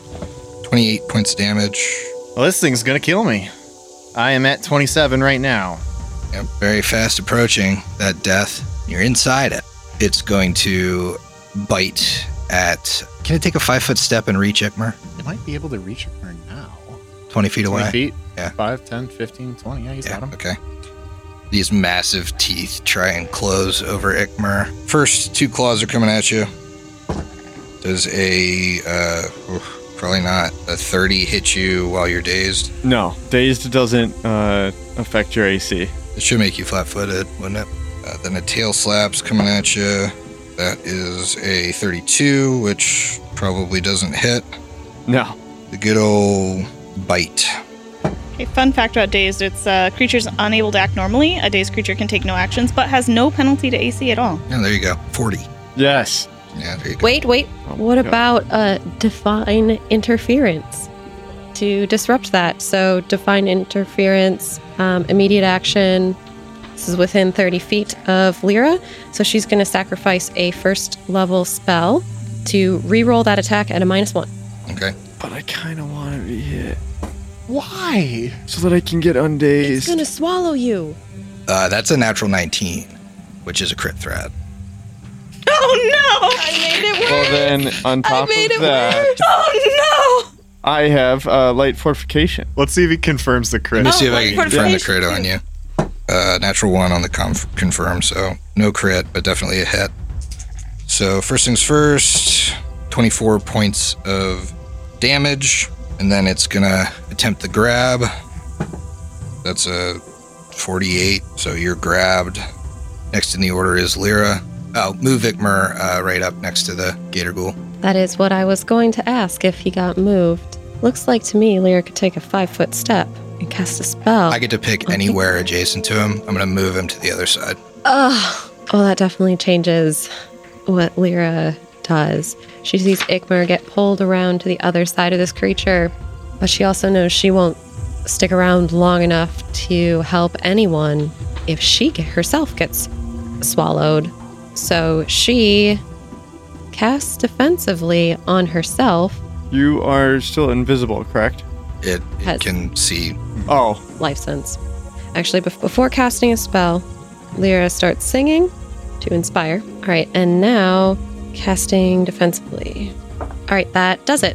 28 points of damage.
Well, this thing's gonna kill me. I am at 27 right now.
Yep, very fast approaching that death. You're inside it. It's going to bite at. Can it take a five foot step and reach Ikmer?
It might be able to reach her now.
20 feet
20
away.
feet?
Yeah.
5, 10, 15, 20. Yeah, he's
Yeah,
got him.
okay. These massive teeth try and close over Ikmer. First two claws are coming at you. Does a uh, oof, probably not a thirty hit you while you're dazed?
No, dazed doesn't uh, affect your AC.
It should make you flat-footed, wouldn't it? Uh, then a tail slap's coming at you. That is a thirty-two, which probably doesn't hit.
No.
The good old bite.
Okay, fun fact about dazed: it's uh, creatures unable to act normally. A dazed creature can take no actions, but has no penalty to AC at all.
Yeah, there you go. 40.
Yes.
Yeah, there you go.
Wait, wait. What
God.
about uh, define interference to disrupt that? So, define interference, um, immediate action. This is within 30 feet of Lyra. So, she's going to sacrifice a first level spell to reroll that attack at a minus one.
Okay.
But I kind of want to be hit
Why?
so that I can get
It's
undazed.
going to swallow you.
Uh, that's a natural 19, which is a crit threat.
Oh no! I made it
Well, then, on top
made
of
it
that,
Oh no!
I have uh, light fortification.
Let's see if he confirms the
Let
crit.
me see if
Oh,
I can
what
confirm the
fortification
crit on you. Uh, natural one on the conf- confirm, so no crit, but definitely a hit. So first things first, 24 points of damage, and then it's gonna attempt the grab. That's a 48, so you're grabbed. Next in the order is Lyra. Oh, move Vikmer uh, right up next to the Gator Ghoul.
That is what I was going to ask if he got moved. Looks like to me Lyra could take a five foot step and cast a spell.
I get to pick anywhere adjacent to him. I'm gonna move him to the other side.
Oh, well, that definitely changes what Lyra does. She sees Ikmer get pulled around to the other side of this creature, but she also knows she won't stick around long enough to help anyone if she ge- herself gets swallowed. So she casts defensively on herself
You are still invisible, correct?
It,
Has-
it can see
Oh,
life sense. Actually, bef- before casting a spell, Lyra starts singing to inspire. All right, and now casting defensively. All right, that does it.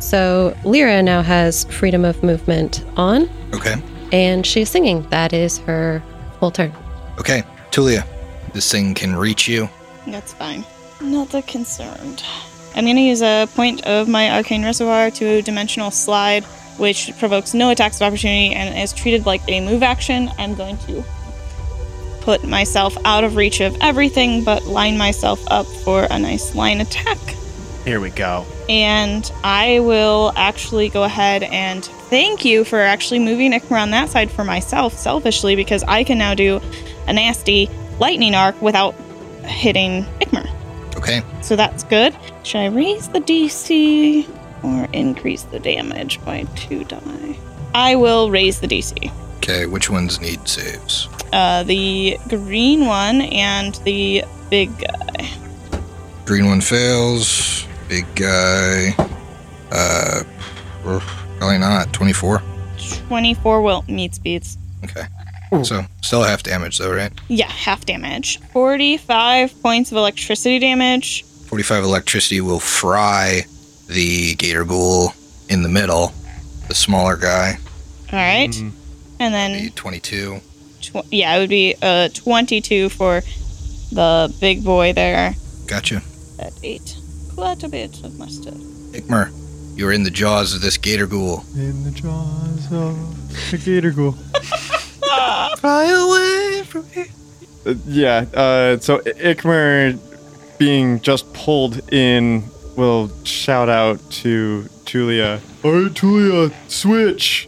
So Lyra now has freedom of movement on,
Okay.
and she's singing. That is her full turn.
Okay. Tulia, this thing can reach you.
That's fine. Not that concerned. I'm gonna use a point of my arcane reservoir to dimensional slide, which provokes no attacks of opportunity and is treated like a move action. I'm going to put myself out of reach of everything, but line myself up for a nice line attack.
Here we go.
And I will actually go ahead and thank you for actually moving Nick around that side for myself selfishly because I can now do a nasty lightning arc without hitting Ikmer.
Okay.
So that's good. Should I raise the DC or increase the damage by two die? I will raise the DC.
Okay. Which ones need saves?
Uh, the green one and the big
Green one fails. Big guy. Uh, oof, probably not. 24.
24 will meets beats.
Okay. So still half damage though, right?
Yeah, half damage. 45 points of electricity damage.
45 electricity will fry the gator ghoul in the middle. The smaller guy,
All right.
Mm-hmm.
And
the
then,
22.
tw- yeah, it would be uh, 22 for the big boy there.
Gotcha.
At 8. Quite a bit of mustard.
Ikmer, you are in the jaws of this gator ghoul.
in the jaws of the gator ghoul.
Fly away from here.
Uh, yeah. Uh, so I- Ikmer being just pulled in will shout out to Tulia. All right, Tulia, switch.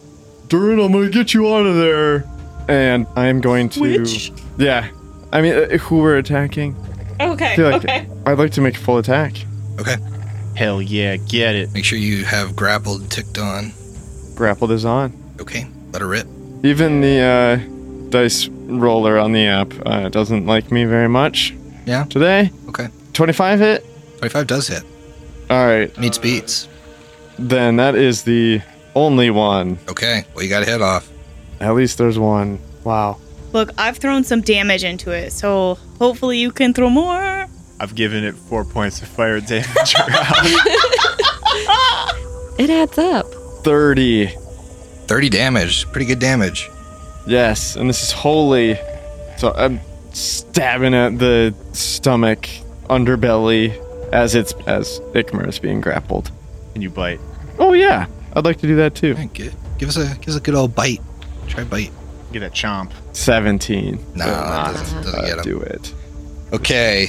Durin, I'm gonna get you out of there. And I'm going to.
Switch?
Yeah. I mean, uh, who we're attacking?
Okay.
I feel like
okay.
I'd like to make a full attack.
Okay.
Hell yeah, get it.
Make sure you have grappled, ticked on.
Grappled is on.
Okay. Let her rip.
Even the uh, dice roller on the app uh, doesn't like me very much.
Yeah.
Today,
Okay.
25 hit.
25 does hit.
All right,
Meets beats.
then that is the only one.
Okay. Well, you got a hit off.
At least there's one. Wow.
Look, I've thrown some damage into it, so hopefully you can throw more.
I've given it four points of fire damage. around.
It adds up.
30.
30 damage. Pretty good damage.
Yes, and this is holy. So I'm stabbing at the stomach, underbelly, as it's as Ikmer is being grappled.
and you bite.
Oh yeah, I'd like to do that too.
All right, good. Give us a give us a good old bite. Try bite.
Get a chomp.
17.
No,
Will
that
not,
doesn't, doesn't
uh,
get him.
do it.
Okay.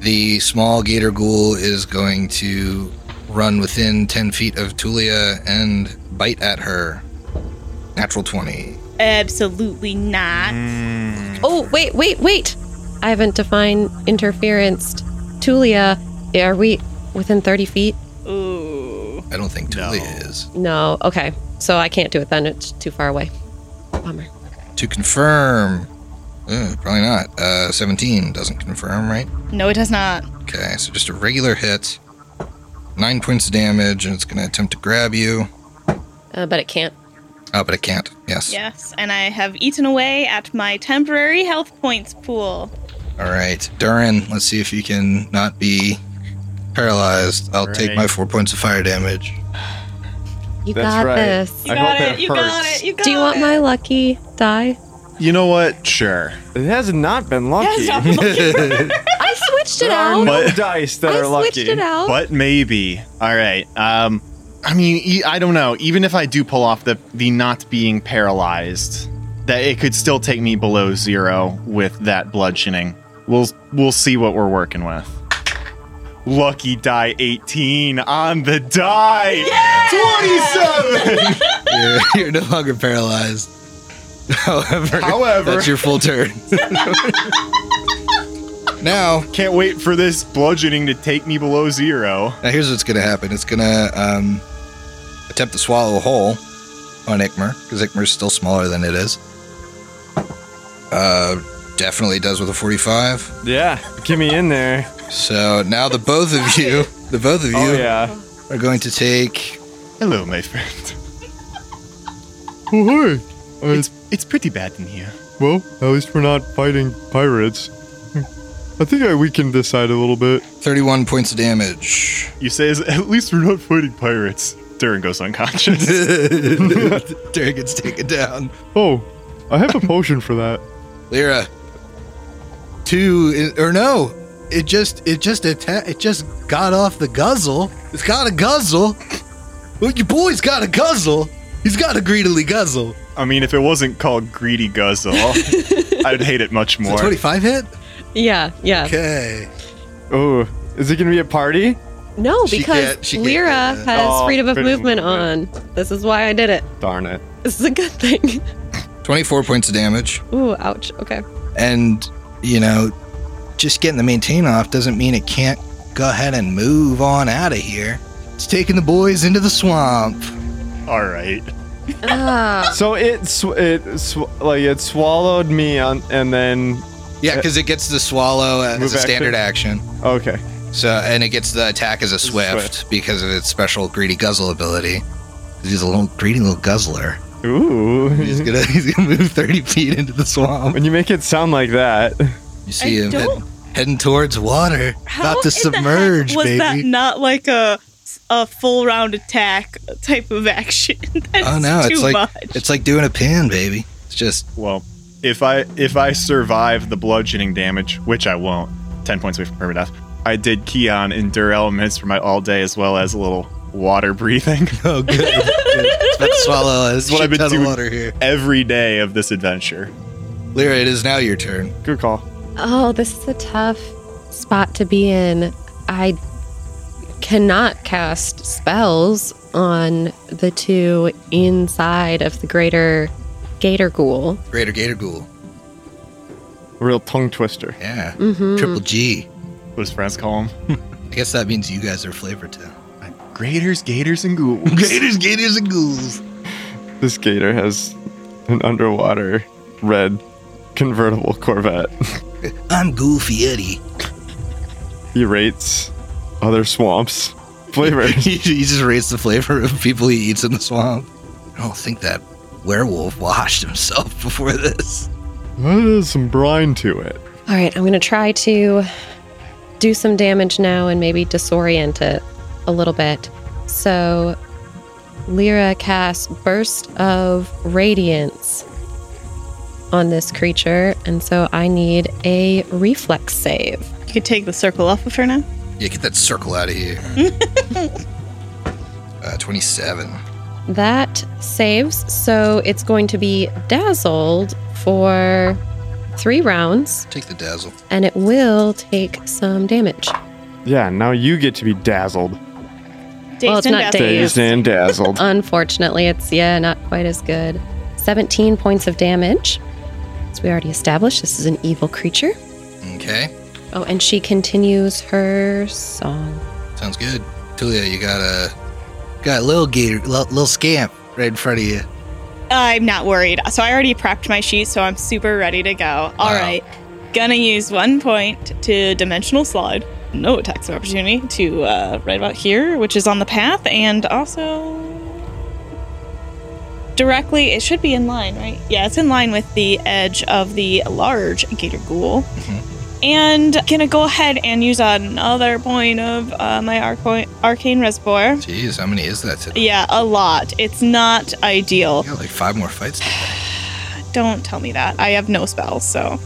The small gator ghoul is going to run within 10 feet of Tulia and bite at her. Natural 20.
Absolutely not.
Mm-hmm.
Oh, wait, wait, wait. I haven't defined interference. Tulia, are we within 30 feet?
Ooh.
I don't think Tulia is.
No. Okay. So I can't do it then. It's too far away. Bummer.
To confirm, uh, probably not. Uh, 17 doesn't confirm, right?
No, it does not.
Okay, so just a regular hit. Nine points of damage, and it's going to attempt to grab you.
Uh, but it can't.
Oh, but it can't. Yes.
Yes, and I have eaten away at my temporary health points pool.
All right, Durin, let's see if you can not be paralyzed. I'll take
Right.
my four points of fire damage.
You
That's
got
right.
this.
You
I
got
hope
it.
it
You got
hurts.
it. You got it.
Do you want my lucky die?
You know what? Sure.
It has not been
Yeah,
lucky.
stop looking.
I switched it
there are
out.
no
But-
dice that
I
are
switched
lucky.
it out.
But maybe. All right. Um, I mean, e- I don't know. Even if I do pull off the the not being paralyzed, that it could still take me below zero with that bludgeoning. We'll we'll see what we're working with. Lucky die 18 on the die. 27.
You're, you're no longer paralyzed. However,
However.
that's your full turn. now,
Can't wait for this bludgeoning to take me below zero.
now here's what's going to happen. It's going to um, attempt to swallow a hole on Ikmer because Ikmer's still smaller than it is. Uh, definitely does with a 45.
Yeah, get me in there.
So now the both of you, the both of you,
Oh yeah.
are going to take.
Hello, my friend.
Oh,
It's it's pretty bad in here.
Well, at least we're not fighting pirates. I think I weakened this side a little bit.
31 points of damage.
You say, at least we're not fighting pirates. Durin goes unconscious.
Derek gets taken down.
Oh, I have a potion for that.
Lyra. Two or no? It just it just atta- it just got off the guzzle. It's got a guzzle. Well, your boy's got a guzzle. He's got a greedily guzzle.
I mean, if it wasn't called Greedy Guzzle, I'd hate it much
Is it
more.
25 hit?
yeah, yeah.
Okay.
Oh, is it gonna be a party?
No,
She
because
can't- she can't
Lyra
do that.
has
Oh,
freedom of
freedom of
movement on. This is why I did it.
Darn it.
This is a good thing.
24 points of damage.
Ooh, ouch. Okay.
And, you know, just getting the maintain off doesn't mean it can't go ahead and move on out of here. It's taking the boys into the swamp.
All right.
Ah.
So it sw- it sw- like it swallowed me on and then
Yeah, because it gets the swallow as
Move
a standard action.
okay.
So, and it gets the attack as a swift,
swift.
because of its special greedy guzzle ability. He's a little greedy little guzzler.
Ooh.
He's gonna he's gonna move thirty feet into the swamp.
when you make it sound like that,
You see
I
him
don't-
heading, heading towards water,
How
about to
in the heck
submerge,
was
baby.
that not like a a full round attack type of action? That's
oh no,
too
it's like
much.
it's like doing a pin, baby. It's just
Well, if I if I survive the bludgeoning damage, which I won't, ten points away from permadeath, I did key on endure elements for my all day as well as a little water breathing
oh good. good. It's about to swallow a
what I've
shit
been
ton of
doing.
water here.
every day of this adventure.
Lyra, it is now your turn.
good call.
Oh, this is a tough spot to be in. I cannot cast spells on the two inside of the greater gator ghoul.
Greater Gator Ghoul.
Real tongue twister.
Yeah.
Mhm.
Triple G.
What does friends call them?
I guess that means you guys are flavor town.
Graters, gators, and ghouls.
Gators, gators, and ghouls.
This gator has an underwater red convertible Corvette.
I'm Goofy Eddie.
he rates other swamps flavors.
he, he just rates the flavor of people he eats in the swamp. I don't think that werewolf washed himself before this.
There's some brine to it.
All right, I'm going to try to do some damage now and maybe disorient it a little bit. So, Lyra casts Burst of Radiance on this creature, and so I need a reflex save.
you could take the circle off of her now.
Yeah, get that circle out of here. uh, 27.
That saves, so it's going to be dazzled for three rounds,
Take the dazzle.
and it will take some damage.
Yeah, now you get to be dazzled.
Dazed
Well, it's
and
not
dazzled.
Dazed and dazzled.
Unfortunately, it's yeah, not quite as good. 17 points of damage. As we already established, this is an evil creature.
Okay.
Oh, and she continues her song.
Sounds good. Tulia, you got a got a little gator, li- little scamp right in front of you.
I'm not worried. So I already prepped my sheet, so I'm super ready to go. All
Wow.
right. Gonna use one point to dimensional slide. No attacks of opportunity to uh, right about here, which is on the path, and also directly. It should be in line, right? Yeah, it's in line with the edge of the large gator ghoul. And gonna go ahead and use another point of uh, my arco- arcane reservoir.
Jeez, how many is that today?
Yeah, a lot. It's not ideal.
You got like five more fights.
Don't tell me that. I have no spells, so.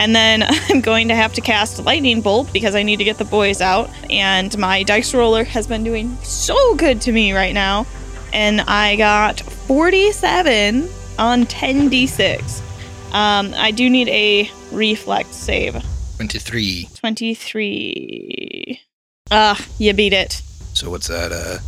And then I'm going to have to cast Lightning Bolt because I need to get the boys out. And my dice roller has been doing so good to me right now. And I got 47 on 10d6. Um, I do need a reflex save.
Twenty-three.
23. Ah, you beat it.
So what's that? Uh,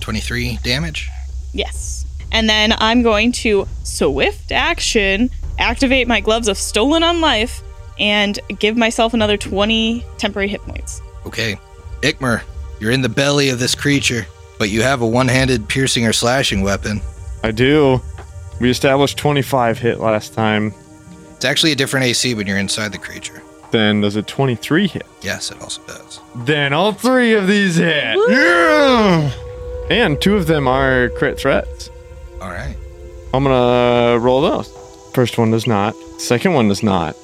twenty-three damage.
Yes. And then I'm going to swift action, activate my gloves of stolen on life, and give myself another 20 temporary hit points.
Okay. Ikmer, you're in the belly of this creature, but you have a one-handed piercing or slashing weapon.
I do. We established 25 hit last time.
It's actually a different AC when you're inside the creature.
Then does a 23 hit.
Yes, it also does.
Then all three of these hit.
Yeah.
And two of them are crit threats.
All right.
I'm gonna roll those. First one does not. Second one does not.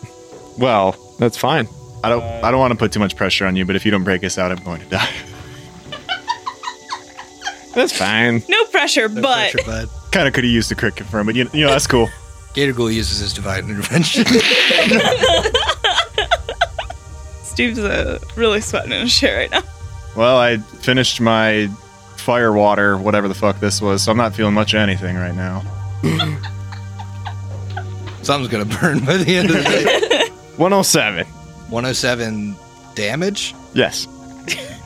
Well, that's fine.
I don't. I don't want to put too much pressure on you, but if you don't break us out, I'm going to die.
That's fine.
No pressure, but
Pressure, bud.
kind of could have used the crit confirm, but you, you know that's cool.
Gator Ghoul uses his divine intervention.
Steve's uh, really sweating in his chair right now.
Well, I finished my fire water, whatever the fuck this was, so I'm not feeling much of anything right now.
Something's gonna burn by the end of the day.
107.
107 damage.
Yes.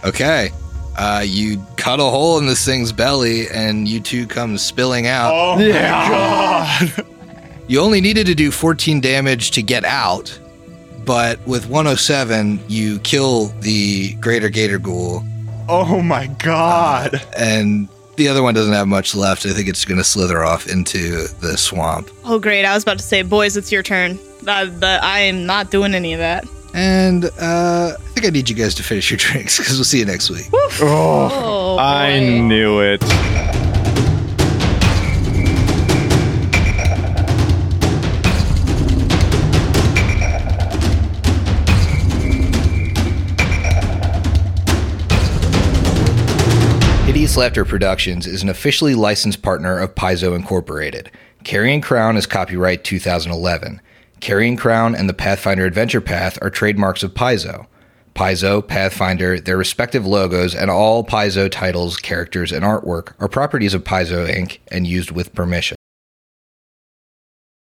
Okay. Uh, you cut a hole in this thing's belly, and you two come spilling out.
Oh
Yeah.
You only needed to do 14 damage to get out, but with 107, you kill the Greater Gator Ghoul,
Oh my god.
and the other one doesn't have much left. I think it's going to slither off into the swamp.
Oh, great. I was about to say, boys, it's your turn. Uh, but I am not doing any of that.
And uh, I think I need you guys to finish your drinks because we'll see you next week.
Oh,
I knew it.
Hideous Laughter Productions is an officially licensed partner of Paizo Incorporated. Carrying Crown is copyright 2011. Carrying Crown and the Pathfinder Adventure Path are trademarks of Paizo. Paizo, Pathfinder, their respective logos, and all Paizo titles, characters, and artwork are properties of Paizo Inc. and used with permission.